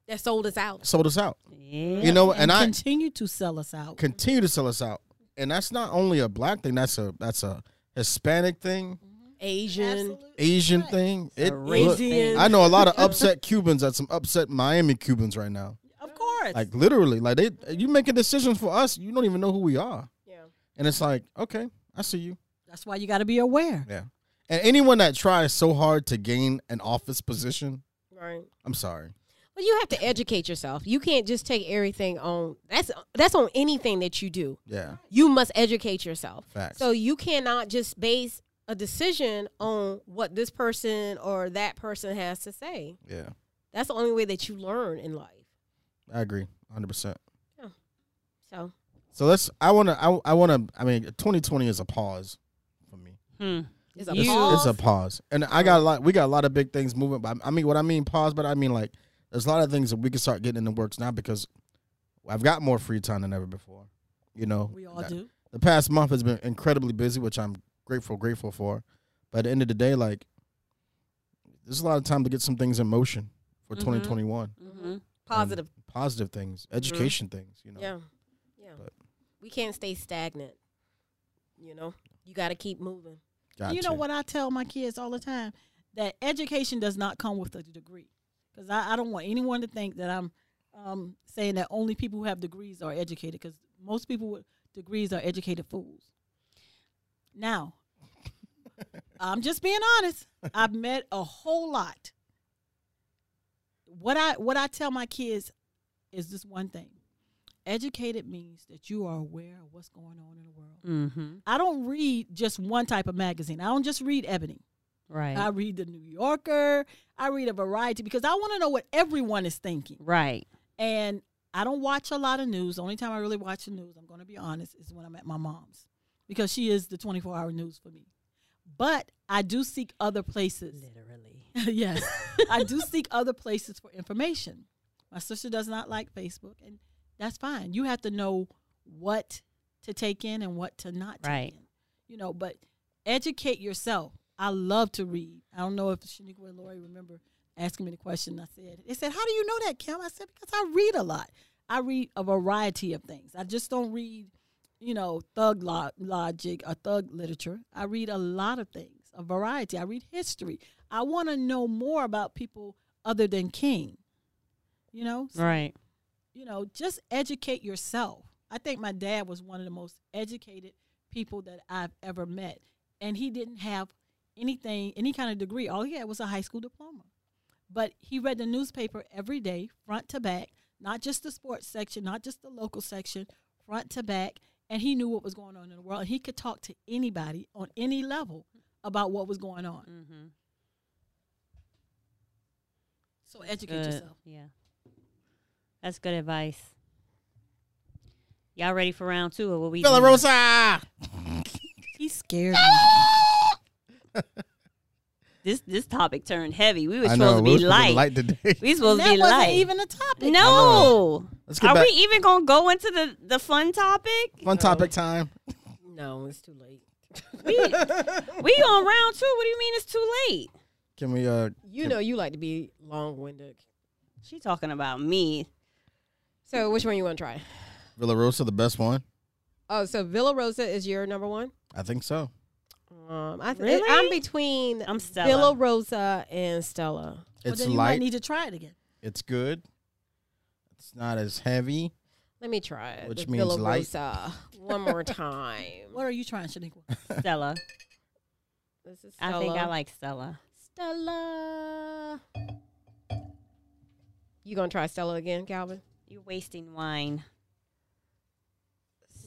S2: that sold us out.
S3: sold us out.
S1: Yeah.
S3: You know,
S4: and,
S3: and I
S4: continue to sell us out.
S3: continue to sell us out. And that's not only a black thing. That's a that's a Hispanic thing,
S2: Asian.
S3: Asian thing. It, look,
S1: Crazy.
S3: I know a lot of upset Cubans. That's some upset Miami Cubans right now.
S4: Of course.
S3: Like literally, like they you making decisions for us. You don't even know who we are.
S2: Yeah.
S3: And it's like, okay, I see you.
S4: That's why you got to be aware.
S3: Yeah. And anyone that tries so hard to gain an office position,
S2: Right.
S3: I'm sorry.
S2: Well, you have to educate yourself. You can't just take everything on. That's that's on anything that you do.
S3: Yeah.
S2: You must educate yourself.
S3: Facts.
S2: So you cannot just base a decision on what this person or that person has to say.
S3: Yeah.
S2: That's the only way that you learn in life.
S3: I agree 100%.
S2: So
S3: So let's I want to I, I want to I mean 2020 is a pause for me.
S1: Hmm.
S2: it's a
S1: You-
S2: pause.
S3: It's a pause. And I got a lot we got a lot of big things moving but I mean what I mean pause but I mean like there's a lot of things that we can start getting in the works now because I've got more free time than ever before. You know.
S4: We all
S3: That-
S4: do.
S3: the past month has been incredibly busy, which I'm grateful, grateful for. But at the end of the day, like there's a lot of time to get some things in motion for
S1: Mhm.
S3: 2021.
S1: Mhm.
S2: positive.
S3: Um, positive things, education things. You know,
S2: Yeah. Yeah.
S3: But-
S2: we can't stay stagnant. You know, you got to keep moving.
S3: Got
S4: you know
S3: to.
S4: what I tell my kids all the time that education does not come with a degree because I, I don't want anyone to think that I'm um, saying that only people who have degrees are educated because most people with degrees are educated fools. Now, I'm just being honest. I've met a whole lot. What I what I tell my kids is this one thing: educated means that you are aware of what's going on in the world.
S1: Mhm.
S4: I don't read just one type of magazine. I don't just read Ebony.
S1: Right.
S4: I read the New Yorker. I read a variety because I want to know what everyone is thinking.
S1: right.
S4: And I don't watch a lot of news. The only time I really watch the news, I'm going to be honest, is when I'm at my mom's because she is the 24 hour news for me. But I do seek other places.
S1: Literally.
S4: yes, I do seek other places for information. My sister does not like Facebook, and that's fine. You have to know what to take in and what to not take
S1: Right.
S4: in. You know, but educate yourself. I love to read. I don't know if Shaniqua and Lori remember asking me the question. I said, they said, how do you know that, Kim? I said, because I read a lot. I read a variety of things. I just don't read, you know, thug lo- logic or thug literature. I read a lot of things, a variety. I read history. I want to know more about people other than King. You know, So,
S1: Right.
S4: you know, just educate yourself. I think my dad was one of the most educated people that I've ever met, and he didn't have anything, any kind of degree. All he had was a high school diploma, but he read the newspaper every day, front to back, not just the sports section, not just the local section, front to back, and he knew what was going on in the world. And he could talk to anybody on any level about what was going on.
S1: Mhm.
S4: So educate
S1: Good.
S4: yourself.
S1: Yeah. That's good advice. Y'all ready for round two or what we
S3: Bella
S1: doing?
S3: Rosa.
S4: He scared
S1: This this topic turned heavy. We were
S3: I
S1: supposed
S3: know
S1: to
S3: we
S1: be
S3: was supposed to
S1: light.
S3: today.
S1: We supposed to
S4: that
S1: be
S4: wasn't
S1: light.
S4: even a topic.
S1: no.
S3: Let's get
S1: Are
S3: back.
S1: we even gonna go into the the fun topic?
S3: Fun topic time.
S2: No, it's too late.
S1: We we on round two. What do you mean it's too late?
S3: Can we? Uh,
S2: You know, you like to be long winded.
S1: She talking about me.
S2: So, which one you want to try?
S3: Villa Rosa, the best one.
S2: Oh, so Villa Rosa is your number one.
S3: I think so.
S2: Um, I th-
S1: Really?
S2: I'm between
S1: I'm Stella.
S2: Villa Rosa and Stella.
S4: Well,
S3: It's
S4: then you might
S3: light.
S4: need to try it again.
S3: it's good. It's not as heavy.
S2: Let me try it.
S3: Which
S2: with
S3: means
S2: Villa
S3: light.
S2: Rosa one more time.
S4: What are you trying, Shaniqua?
S1: Stella.
S2: This is
S1: I think I
S2: Stella.
S1: like Stella.
S2: Stella. You gonna try Stella again, Calvin?
S1: You're wasting wine.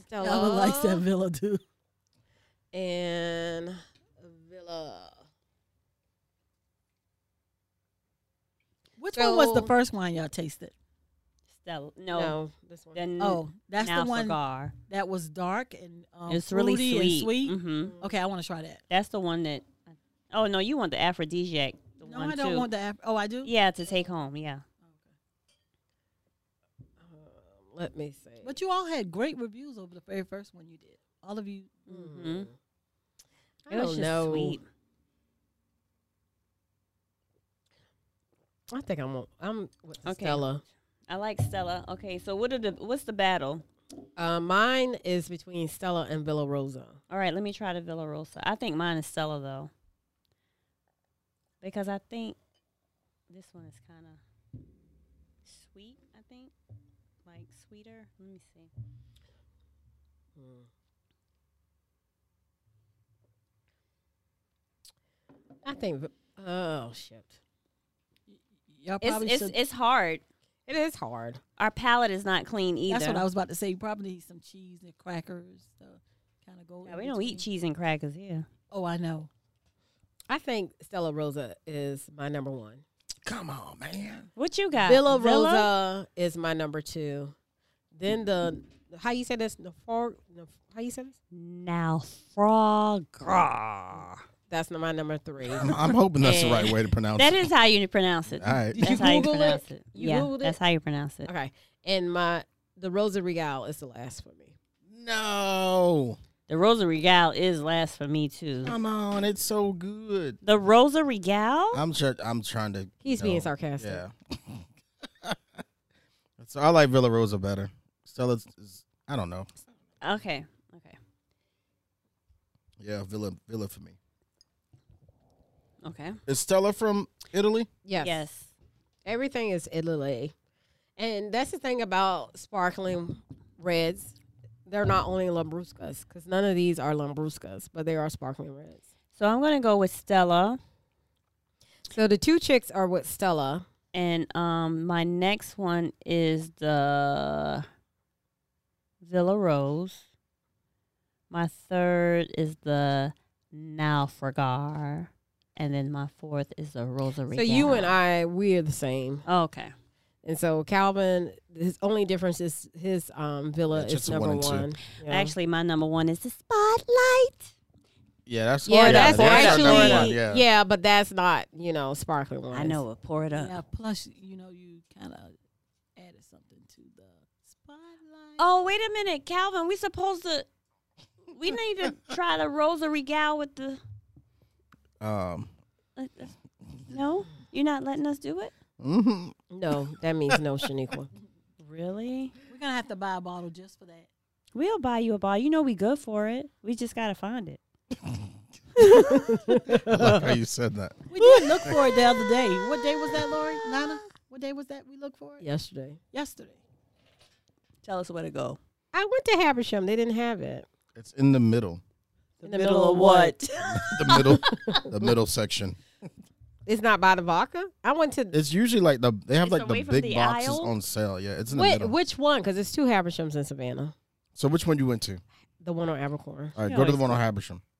S2: Stella.
S4: Calvin likes that Villa too.
S2: And Villa.
S4: Which one was the
S2: So-
S4: first wine y'all tasted?
S1: Stella, no.
S2: No, this one.
S1: Then
S4: Oh, that's the one
S1: Naufragar.
S4: that was dark and um,
S1: it's really
S4: fruity
S1: sweet.
S4: and sweet.
S1: hmm
S4: Okay, I want to try that.
S1: That's the one that. Oh no, you want the aphrodisiac? The
S4: No,
S1: one
S4: I don't
S1: too.
S4: want the. Af- oh, I do.
S1: Yeah, to take home. Yeah.
S2: Um, let me see.
S4: But you all had great reviews over the very first one you did. All of you.
S1: Mhm.
S2: I
S1: it
S2: don't
S1: was just
S2: know.
S1: sweet.
S2: I think I'm. on- I'm with the
S1: Okay.
S2: Stella.
S1: I like Stella. Okay, so what are the what's the battle?
S2: Uh, mine is between Stella and Villa Rosa.
S1: All right, let me try the Villa Rosa. I think mine is Stella though, because I think this one is kind of sweet. I think like sweeter. Let me see.
S2: I think. Vi- Oh shit!
S4: Y'all
S1: It's
S4: probably
S1: it's
S4: should.
S1: it's hard.
S2: It is hard.
S1: Our palate is not clean either.
S4: that's what I was about to say. You probably need some cheese and crackers to kind of go.
S1: Yeah,
S4: in
S1: we don't
S4: between.
S1: eat cheese and crackers here.
S4: Oh, I know.
S2: I think Stella Rosa is my number one.
S3: Come on, man.
S1: What you got?
S2: Villa Rosa is my number two. Then the how you say this? Nafar, Naf- how you say this?
S1: Naufragar.
S2: That's my number three.
S3: I'm, I'm hoping that's the right way to pronounce
S1: That
S3: it.
S1: is how you pronounce it.
S3: All right.
S2: Did you
S1: That's how you
S2: Google it?
S1: pronounce it.
S2: You
S1: yeah,
S2: Googled it?
S1: that's how you pronounce it.
S2: okay, and my the Rosa Real is the last for me.
S3: No.
S1: The Rosa Regal is last for me too.
S2: Um,
S3: Come on, it's so good.
S1: The Rosa Regal?
S3: I'm try- I'm trying to.
S2: He's
S3: no,
S2: being sarcastic.
S3: Yeah. so I like Villa Rosa better. Stella's, is, I don't know.
S1: Okay. Okay.
S3: Yeah, Villa Villa for me.
S1: Okay.
S3: Is Stella from Italy?
S2: Yes.
S1: Yes.
S2: Everything is Italy. And that's the thing about sparkling reds. They're not only Lambruscas, because none of these are Lambruscas, but they are sparkling reds.
S1: So I'm gonna go with Stella
S2: So the two chicks are with Stella.
S1: and um my next one is the Villa Rose. My third is the Naufragar. And then my fourth is the Rosa
S2: So
S1: Regal.
S2: you and I, we're the same.
S1: Okay.
S2: And so Calvin, his only difference is his um, villa
S3: Yeah,
S2: is
S3: just a
S2: number
S3: one
S2: one.
S3: and two.
S2: Yeah.
S1: Actually, my number one is the spotlight.
S3: Yeah, that's
S2: yeah, that's
S1: that's our
S2: actually,
S1: number one,
S2: yeah. but that's not, you know, sparkling ones.
S1: I know it. Pour it up.
S4: Yeah. Plus, you know, you kind of added something to the spotlight.
S1: Oh, wait a minute, Calvin. We supposed to. We need to try the rosary gal with the.
S3: Um,
S1: let- let's- No, you're not letting us do it.
S3: mhm.
S2: No, that means no Shaniqua.
S1: Really?
S4: We're gonna have to buy a bottle just for that.
S1: We'll buy you a ball. You know we good for it. We just gotta find it.
S3: I like how you said that.
S4: We did look for it the other day. What day was that, Lori? Nana? What day was that we looked for it?
S2: Yesterday,
S4: Yesterday. Tell us where to go.
S2: I went to Habersham. They didn't have it.
S3: It's in the middle,
S2: In the middle of what?
S3: the middle, the middle section.
S2: It's not by the vodka. I went to
S3: It's usually like the they have
S1: It's
S3: like
S1: away
S3: the
S1: from
S3: big
S1: the
S3: boxes
S1: aisle?
S3: on sale. Yeah, it's in the
S2: Wait,
S3: middle.
S2: which one? Because it's two Habershams in Savannah.
S3: So which one you went to?
S2: The one on Abercorn.
S3: All right,
S1: You
S3: go to the
S1: always
S3: one on Habersham.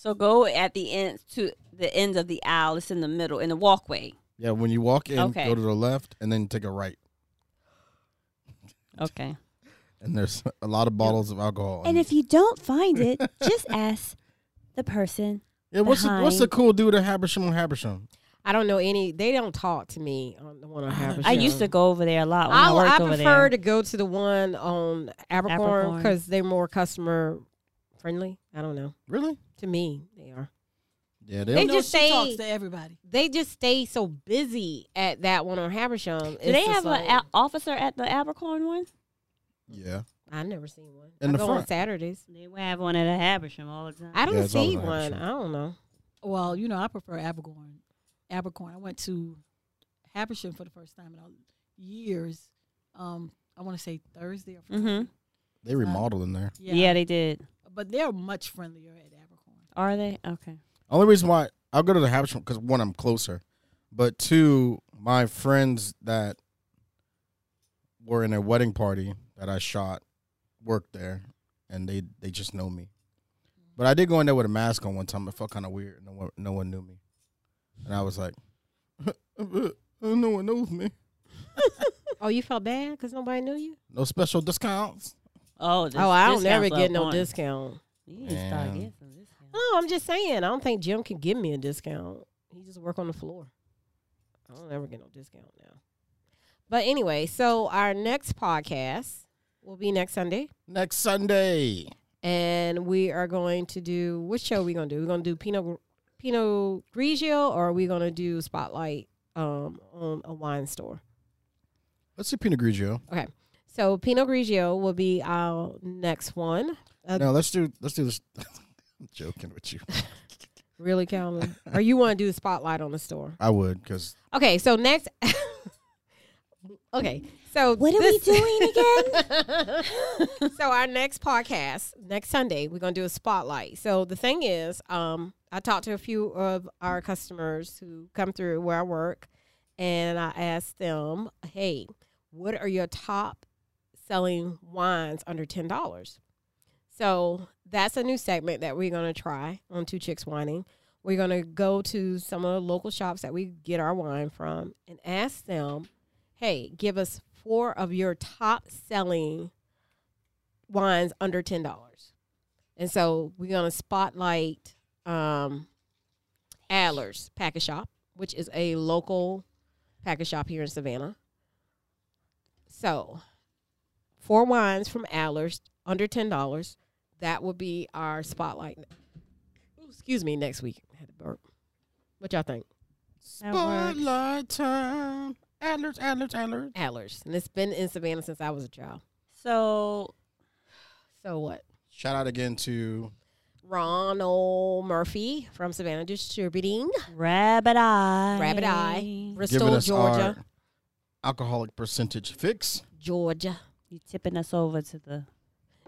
S1: So go at the end to the end of the aisle. It's in the middle in the walkway.
S3: Yeah, when you walk in,
S1: Okay.
S3: go to the left and then take a right.
S1: Okay.
S3: And there's a lot of bottles of alcohol.
S1: And if you don't find it, just ask the person.
S3: yeah, what's the, what's the
S1: behind-
S3: cool dude at Habersham on Habersham?
S2: I don't know any. They don't talk to me on the one on Habersham.
S1: I used to go over there a lot when i
S2: I'll- I,
S1: worked over
S2: prefer
S1: there.
S2: to go to the one on Abercorn
S1: Abercorn.
S2: because they're more customer friendly. I don't know.
S3: Really?
S2: To me, they are.
S3: Yeah, they
S2: They
S4: You
S3: don't
S4: know,
S2: just
S4: she
S2: say-
S4: talks to everybody.
S2: They just stay so busy at that one on Habersham.
S1: Do they have an a- officer at the Abercorn one?
S3: yeah.
S2: I've never seen one.
S3: In
S2: I
S3: the
S2: go on
S3: front.
S2: Saturdays.
S1: They have one at a Habersham all the time.
S2: I don't
S3: it's always
S2: see
S3: on
S2: one.
S3: Habersham.
S2: I don't know.
S4: Well, you know, I prefer Abercorn. Abercorn. I went to Habersham for the first time in all years. Um, I want to say Thursday or Friday.
S1: Mhm.
S3: They remodeled in there.
S1: yeah, they did.
S4: But they're much friendlier at Abercorn.
S1: Are they okay?
S3: Only reason why I'll go to the Habash because one, I'm closer, but two, my friends that were in a wedding party that I shot worked there, and they they just know me. But I did go in there with a mask on one time. It felt kind of weird. No one no one knew me, and I was like, no one knows me.
S2: Oh, you felt bad because nobody knew you.
S3: No special discounts.
S1: Oh, this,
S2: oh, I
S1: discount's
S2: don't never get
S1: up
S2: no
S1: on.
S2: discount.
S1: You need to start
S3: Yeah.
S1: getting some discount.
S2: No, I'm just saying. I don't think Jim can give me a discount. He just work on the floor. I don't ever get no discount now. But anyway, so our next podcast will be next Sunday,
S3: Next Sunday,
S2: and we are going to do what show? Are we gonna do? We're gonna do Pinot Gr- Pinot Grigio, or are we gonna do Spotlight um, on a wine store?
S3: let's see Pinot Grigio.
S2: So Pinot Grigio will be our next one. Uh,
S3: No, let's do let's do this. I'm joking with you.
S2: Really, Calvin? or you want to do Spotlight on the store?
S3: I would because
S2: Okay, so next. okay, so
S1: What are we doing
S2: again? so our next podcast next Sunday we're gonna do a spotlight. So the thing is, um, I talked to a few of our customers who come through where I work, and I asked them, "Hey, what are your top selling wines under ten dollars?" So that's a new segment that we're gonna try on Two Chicks Whining we're going to go to some of the local shops that we get our wine from and ask them, hey, give us four of your top selling wines under $10. And so we're going to spotlight um, Adler's Package Shop, which is a local package shop here in Savannah. So, four wines from Adler's under $10. That will be our spotlight Ooh, excuse me, next week. I had to burp. What y'all think?
S1: That works.
S3: spotlight time. Adlers, Adlers, Adlers.
S2: Adlers. And it's been in Savannah since I was a child.
S1: So
S2: So what?
S3: Shout out again to
S2: Ronald Murphy from Savannah Distributing,
S1: rabbit eye,
S2: Rabbit Eye,
S3: giving
S2: Bristol,
S3: us
S2: Georgia.
S3: our alcoholic percentage fix.
S2: Georgia.
S1: You tipping us over to the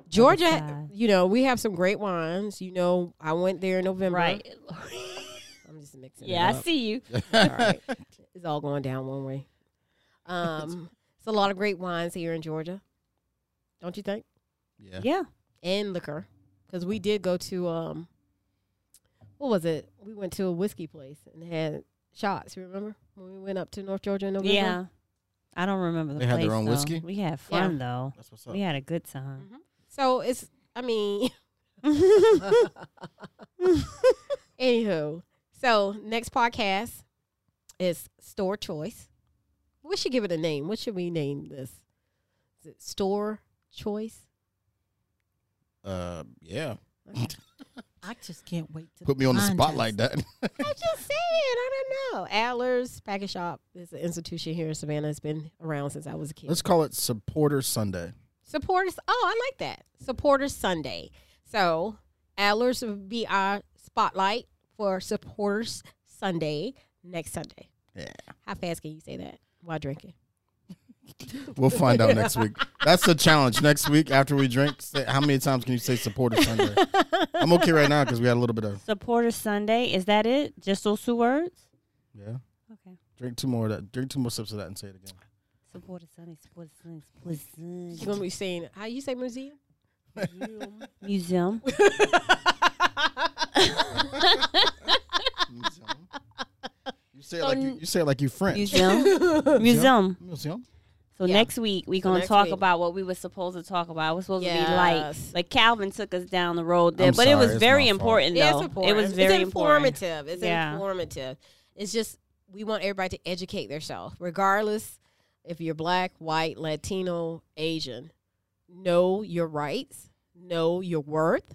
S2: Georgia,
S1: side.
S2: you know, we have some great wines. You know, I went there in November.
S1: right.
S2: I'm just mixing it
S1: yeah, I
S2: up.
S1: see you.
S2: all right. It's all going down one way. Um, it's a lot of great wines here in Georgia. Don't you think?
S3: Yeah.
S1: Yeah,
S2: and liquor because we did go to um what was it we went to a whiskey place and had shots you remember when we went up to north georgia in november
S1: yeah. I don't remember the
S3: They
S1: place.
S3: had their own
S1: though.
S3: whiskey?
S1: We had fun though.
S3: That's what's up.
S1: We had a good time.
S2: so it's i mean anywho so next podcast is store choice we should give it a name what should we name this is it store choice
S3: Uh, yeah.
S4: I just can't wait to
S3: Put me on the
S4: find
S3: spot
S4: us.
S3: like that.
S2: I'm just saying, I don't know. Adler's Package Shop is an institution here in Savannah. It's been around since I was a kid.
S3: Let's call it Supporter Sunday.
S2: Support us. Oh, I like that. Supporters Sunday. So Adler's will be our spotlight for Supporters Sunday next Sunday.
S3: Yeah.
S2: How fast can you say that while drinking?
S3: We'll find out next week. That's the challenge. Next week, after we drink, say, how many times can you say Supporter Sunday? I'm okay right now because we had a little bit of
S1: Supporter Sunday. Is that it? Just those two words?
S3: yeah.
S1: Okay.
S3: Drink two more. Of that. Drink two more sips of that and say it again.
S1: Supporter Sunday. Supporter Sunday. Supporter
S2: You're
S1: Sunday.
S2: gonna be saying how you say museum?
S1: Museum.
S3: You say it like you, you say it like you French.
S1: Museum. Museum.
S3: Museum.
S1: So
S2: Yeah.
S1: next week we're gonna
S2: next
S1: talk
S2: week.
S1: about what we were supposed to talk about. It was supposed to be like
S2: Yes.
S1: like Calvin took us down the road there,
S3: I'm
S1: but it
S3: sorry,
S1: was
S3: it's
S1: very
S3: my fault.
S1: important
S2: Yeah,
S1: though.
S2: it's important.
S1: It was very
S2: it's
S1: important.
S2: informative. It's
S1: Yeah.
S2: informative. It's just we want everybody to educate themselves, regardless if you're black, white, Latino, Asian. Know your rights. Know your worth.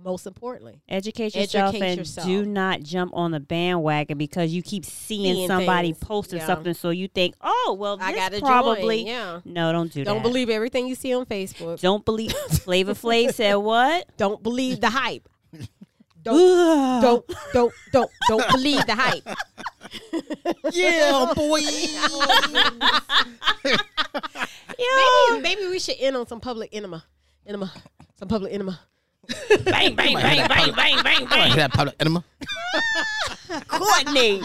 S2: Most importantly,
S1: Educate
S2: Educate
S1: yourself and
S2: yourself.
S1: do not jump on the bandwagon because you keep seeing,
S2: Seeing
S1: somebody
S2: things.
S1: posting
S2: Yeah.
S1: something, so you think, oh well,
S2: I
S1: this
S2: got to
S1: probably
S2: join. Yeah.
S1: no, don't do
S2: Don't
S1: that.
S2: believe everything you see on Facebook.
S1: Don't believe. Flavor Flav said what?
S2: Don't believe the hype. Don't don't don't don't don't believe the hype.
S3: Yeah, boy.
S2: Maybe, maybe we should end on some public enema, enema, some public enema.
S1: bang bang bang bang bang bang bang.
S3: that public enema.
S1: Courtney.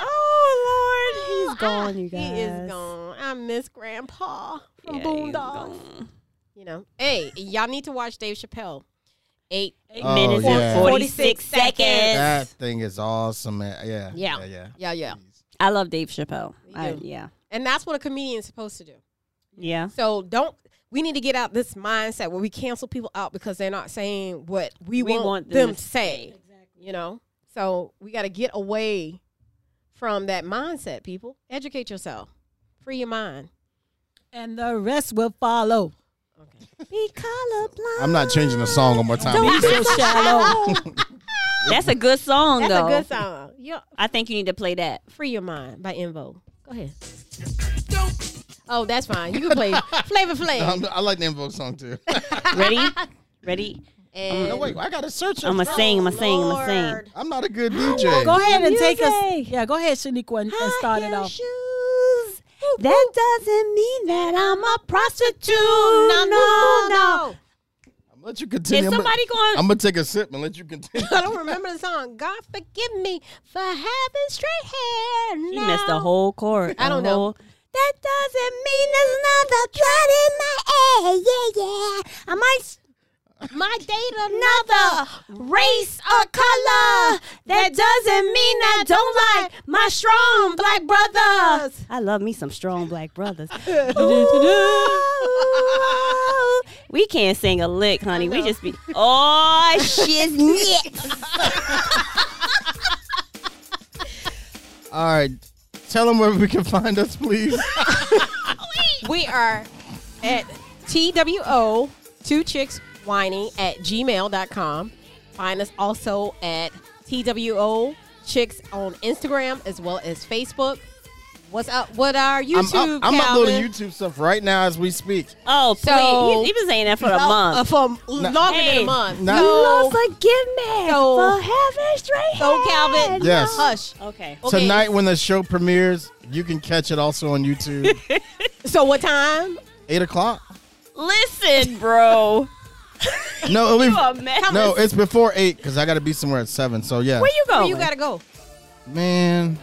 S1: oh Lord, he's gone, you guys.
S2: He is gone. I miss Grandpa from
S1: Yeah, he's
S2: Boondocks.
S1: gone.
S2: You know, hey, y'all need to watch Dave Chappelle. Eight. Uh,
S1: Eight
S3: Oh,
S1: minutes
S3: yeah.
S1: and forty six
S2: 46 seconds.
S1: seconds.
S3: That thing is awesome. man. Yeah.
S2: Yeah.
S3: Yeah. yeah.
S2: Yeah, yeah.
S1: I love Dave Chappelle.
S2: Me
S1: I,
S2: too.
S1: yeah,
S2: And that's what a comedian's supposed to do.
S1: yeah.
S2: So don't. We need to get out this mindset where we cancel people out because they're not saying what we,
S1: We
S2: want,
S1: want them
S2: them
S1: to
S2: to say. You know. So we got to get away from that mindset, people. Educate yourself. Free your mind.
S4: and the rest will follow.
S2: Okay.
S1: Be colorblind.
S3: I'm not changing the song one more time.
S4: Be so shallow.
S1: That's a good song,
S2: That's
S1: though.
S2: a good song. Yeah.
S1: I think you need to play that.
S2: Free Your Mind by Invo. Go ahead. Oh, that's fine. You can play Flavor Flav.
S3: I'm- I like the invoke song too.
S1: Ready? Ready?
S2: and
S3: no, wait, I gotta search it.
S1: I'm gonna
S3: bro.
S1: sing. I'm gonna sing. I'm gonna sing.
S2: Lord,
S3: I'm not a good
S4: Go
S3: DJ.
S4: ahead and take us.
S1: Music.
S4: Yeah, go ahead, Shaniqua, and, and start it off.
S1: Shoes. That doesn't mean that I'm a prostitute. No, no, no.
S3: I'm let you continue.
S1: Is
S3: I'm
S1: somebody
S3: gonna,
S1: going?
S3: I'm gonna take a sip and let you continue.
S2: I don't remember the song. God forgive me for having straight hair.
S1: She
S2: now.
S1: missed the whole chord.
S2: I
S1: the
S2: don't know.
S1: whole- That doesn't mean there's another blood in my air. Yeah, yeah. I might s-
S2: My date another.
S1: another race or color. That doesn't mean I don't like my strong black brothers. I love me some strong black brothers. Ooh, we can't sing a lick, honey. We just be oh shiznit.
S3: All right, tell them where we can find us, please.
S2: We are at TWO, two chicks whiny at gmail.com. Find us also at TWO chicks on Instagram as well as Facebook. What's up? What are
S3: I'm,
S2: YouTube?
S3: I'm,
S2: Calvin?
S3: I'm uploading YouTube stuff right now as we speak.
S1: Oh please,
S2: So-
S1: you, you been saying that for a
S2: Oh,
S1: month.
S2: uh, for longer than
S1: Hey.
S2: a month.
S3: No.
S2: So,
S1: forgive me
S2: So-
S1: for having straight
S2: so Calvin,
S1: hands.
S3: Yes.
S2: hush.
S1: Okay.
S2: Okay.
S3: Tonight, when the show premieres, you can catch it also on YouTube.
S2: So what time?
S3: Eight o'clock?
S1: Listen, bro.
S3: No, it'll
S1: You
S3: be,
S1: a mess.
S3: no, it's before eight because I gotta be somewhere at seven. So yeah,
S1: Where you
S2: Where
S1: going?
S2: you gotta go.
S3: man,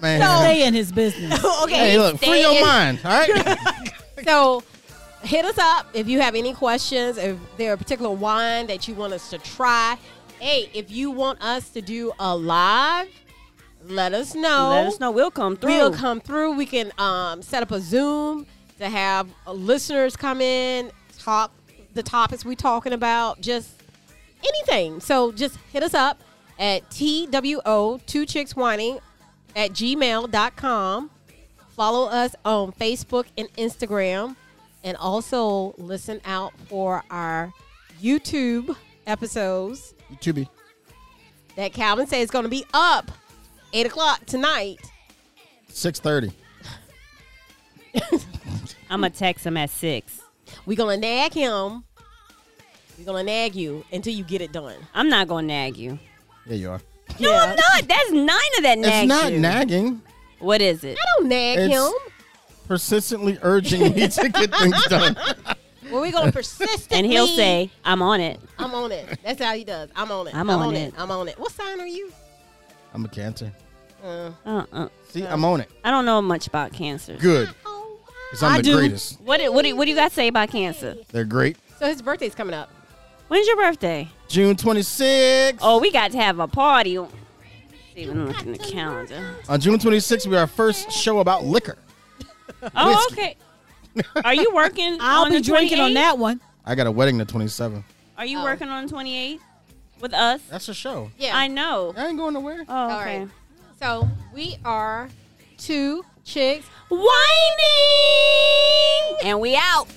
S3: man.
S4: Stay in his business.
S2: okay.
S3: Hey, look, free your
S2: Stay-
S3: mind. All right.
S2: So hit us up if you have any questions, if there are a particular wine that you want us to try. Hey, if you want us to do a live, let us know.
S1: Let us know. We'll come through.
S2: We'll come through. We can um, set up a Zoom to have uh, listeners come in, talk the topics we're talking about, just anything. So just hit us up at TWO, two chicks whining, at gmail.com. Follow us on Facebook and Instagram. And also listen out for our YouTube episodes
S3: Tubi.
S2: that Calvin says is going to be up 8 o'clock tonight.
S3: Six thirty.
S1: I'm gonna text him at six.
S2: We're gonna nag him. We're gonna nag you until you get it done.
S1: I'm not gonna nag you.
S3: There you are.
S1: No, I'm not. That's nine of that nag.
S3: it's not
S1: you.
S3: nagging.
S1: What is it?
S2: I don't nag
S3: It's-
S2: him.
S3: Persistently urging me to get things done.
S2: Well, we're gonna persistently.
S1: And he'll say, "I'm on it."
S2: "I'm on it." That's how he does. I'm on it.
S1: I'm on it.
S2: I'm on it. What sign are you?
S3: I'm a cancer.
S2: Uh,
S1: Uh, uh,
S3: See, I'm on it.
S1: I don't know much about cancer.
S3: Good.
S2: oh, wow.
S3: 'Cause I'm
S4: I
S3: the
S4: do.
S3: greatest.
S1: What do, what do, what do you guys say about cancer?
S3: They're great.
S2: So his birthday's coming up.
S1: When's your birthday?
S3: June 26th.
S1: Oh, we got to have a party. Let's See, I'm looking at the calendar.
S3: On June 26th, we have our first show about liquor.
S1: Oh,
S3: Whiskey.
S1: okay. Are you working?
S4: I'll
S1: on
S4: be
S1: the
S4: drinking on
S1: 28th?
S4: that one.
S3: I got a wedding the 27th.
S1: Are you
S2: Oh.
S1: working on 28 with us?
S3: That's a show.
S2: Yeah.
S1: I know.
S3: I ain't going nowhere.
S1: Oh,
S2: All
S1: okay.
S2: right. So we are two chicks.
S1: Whining, and we out.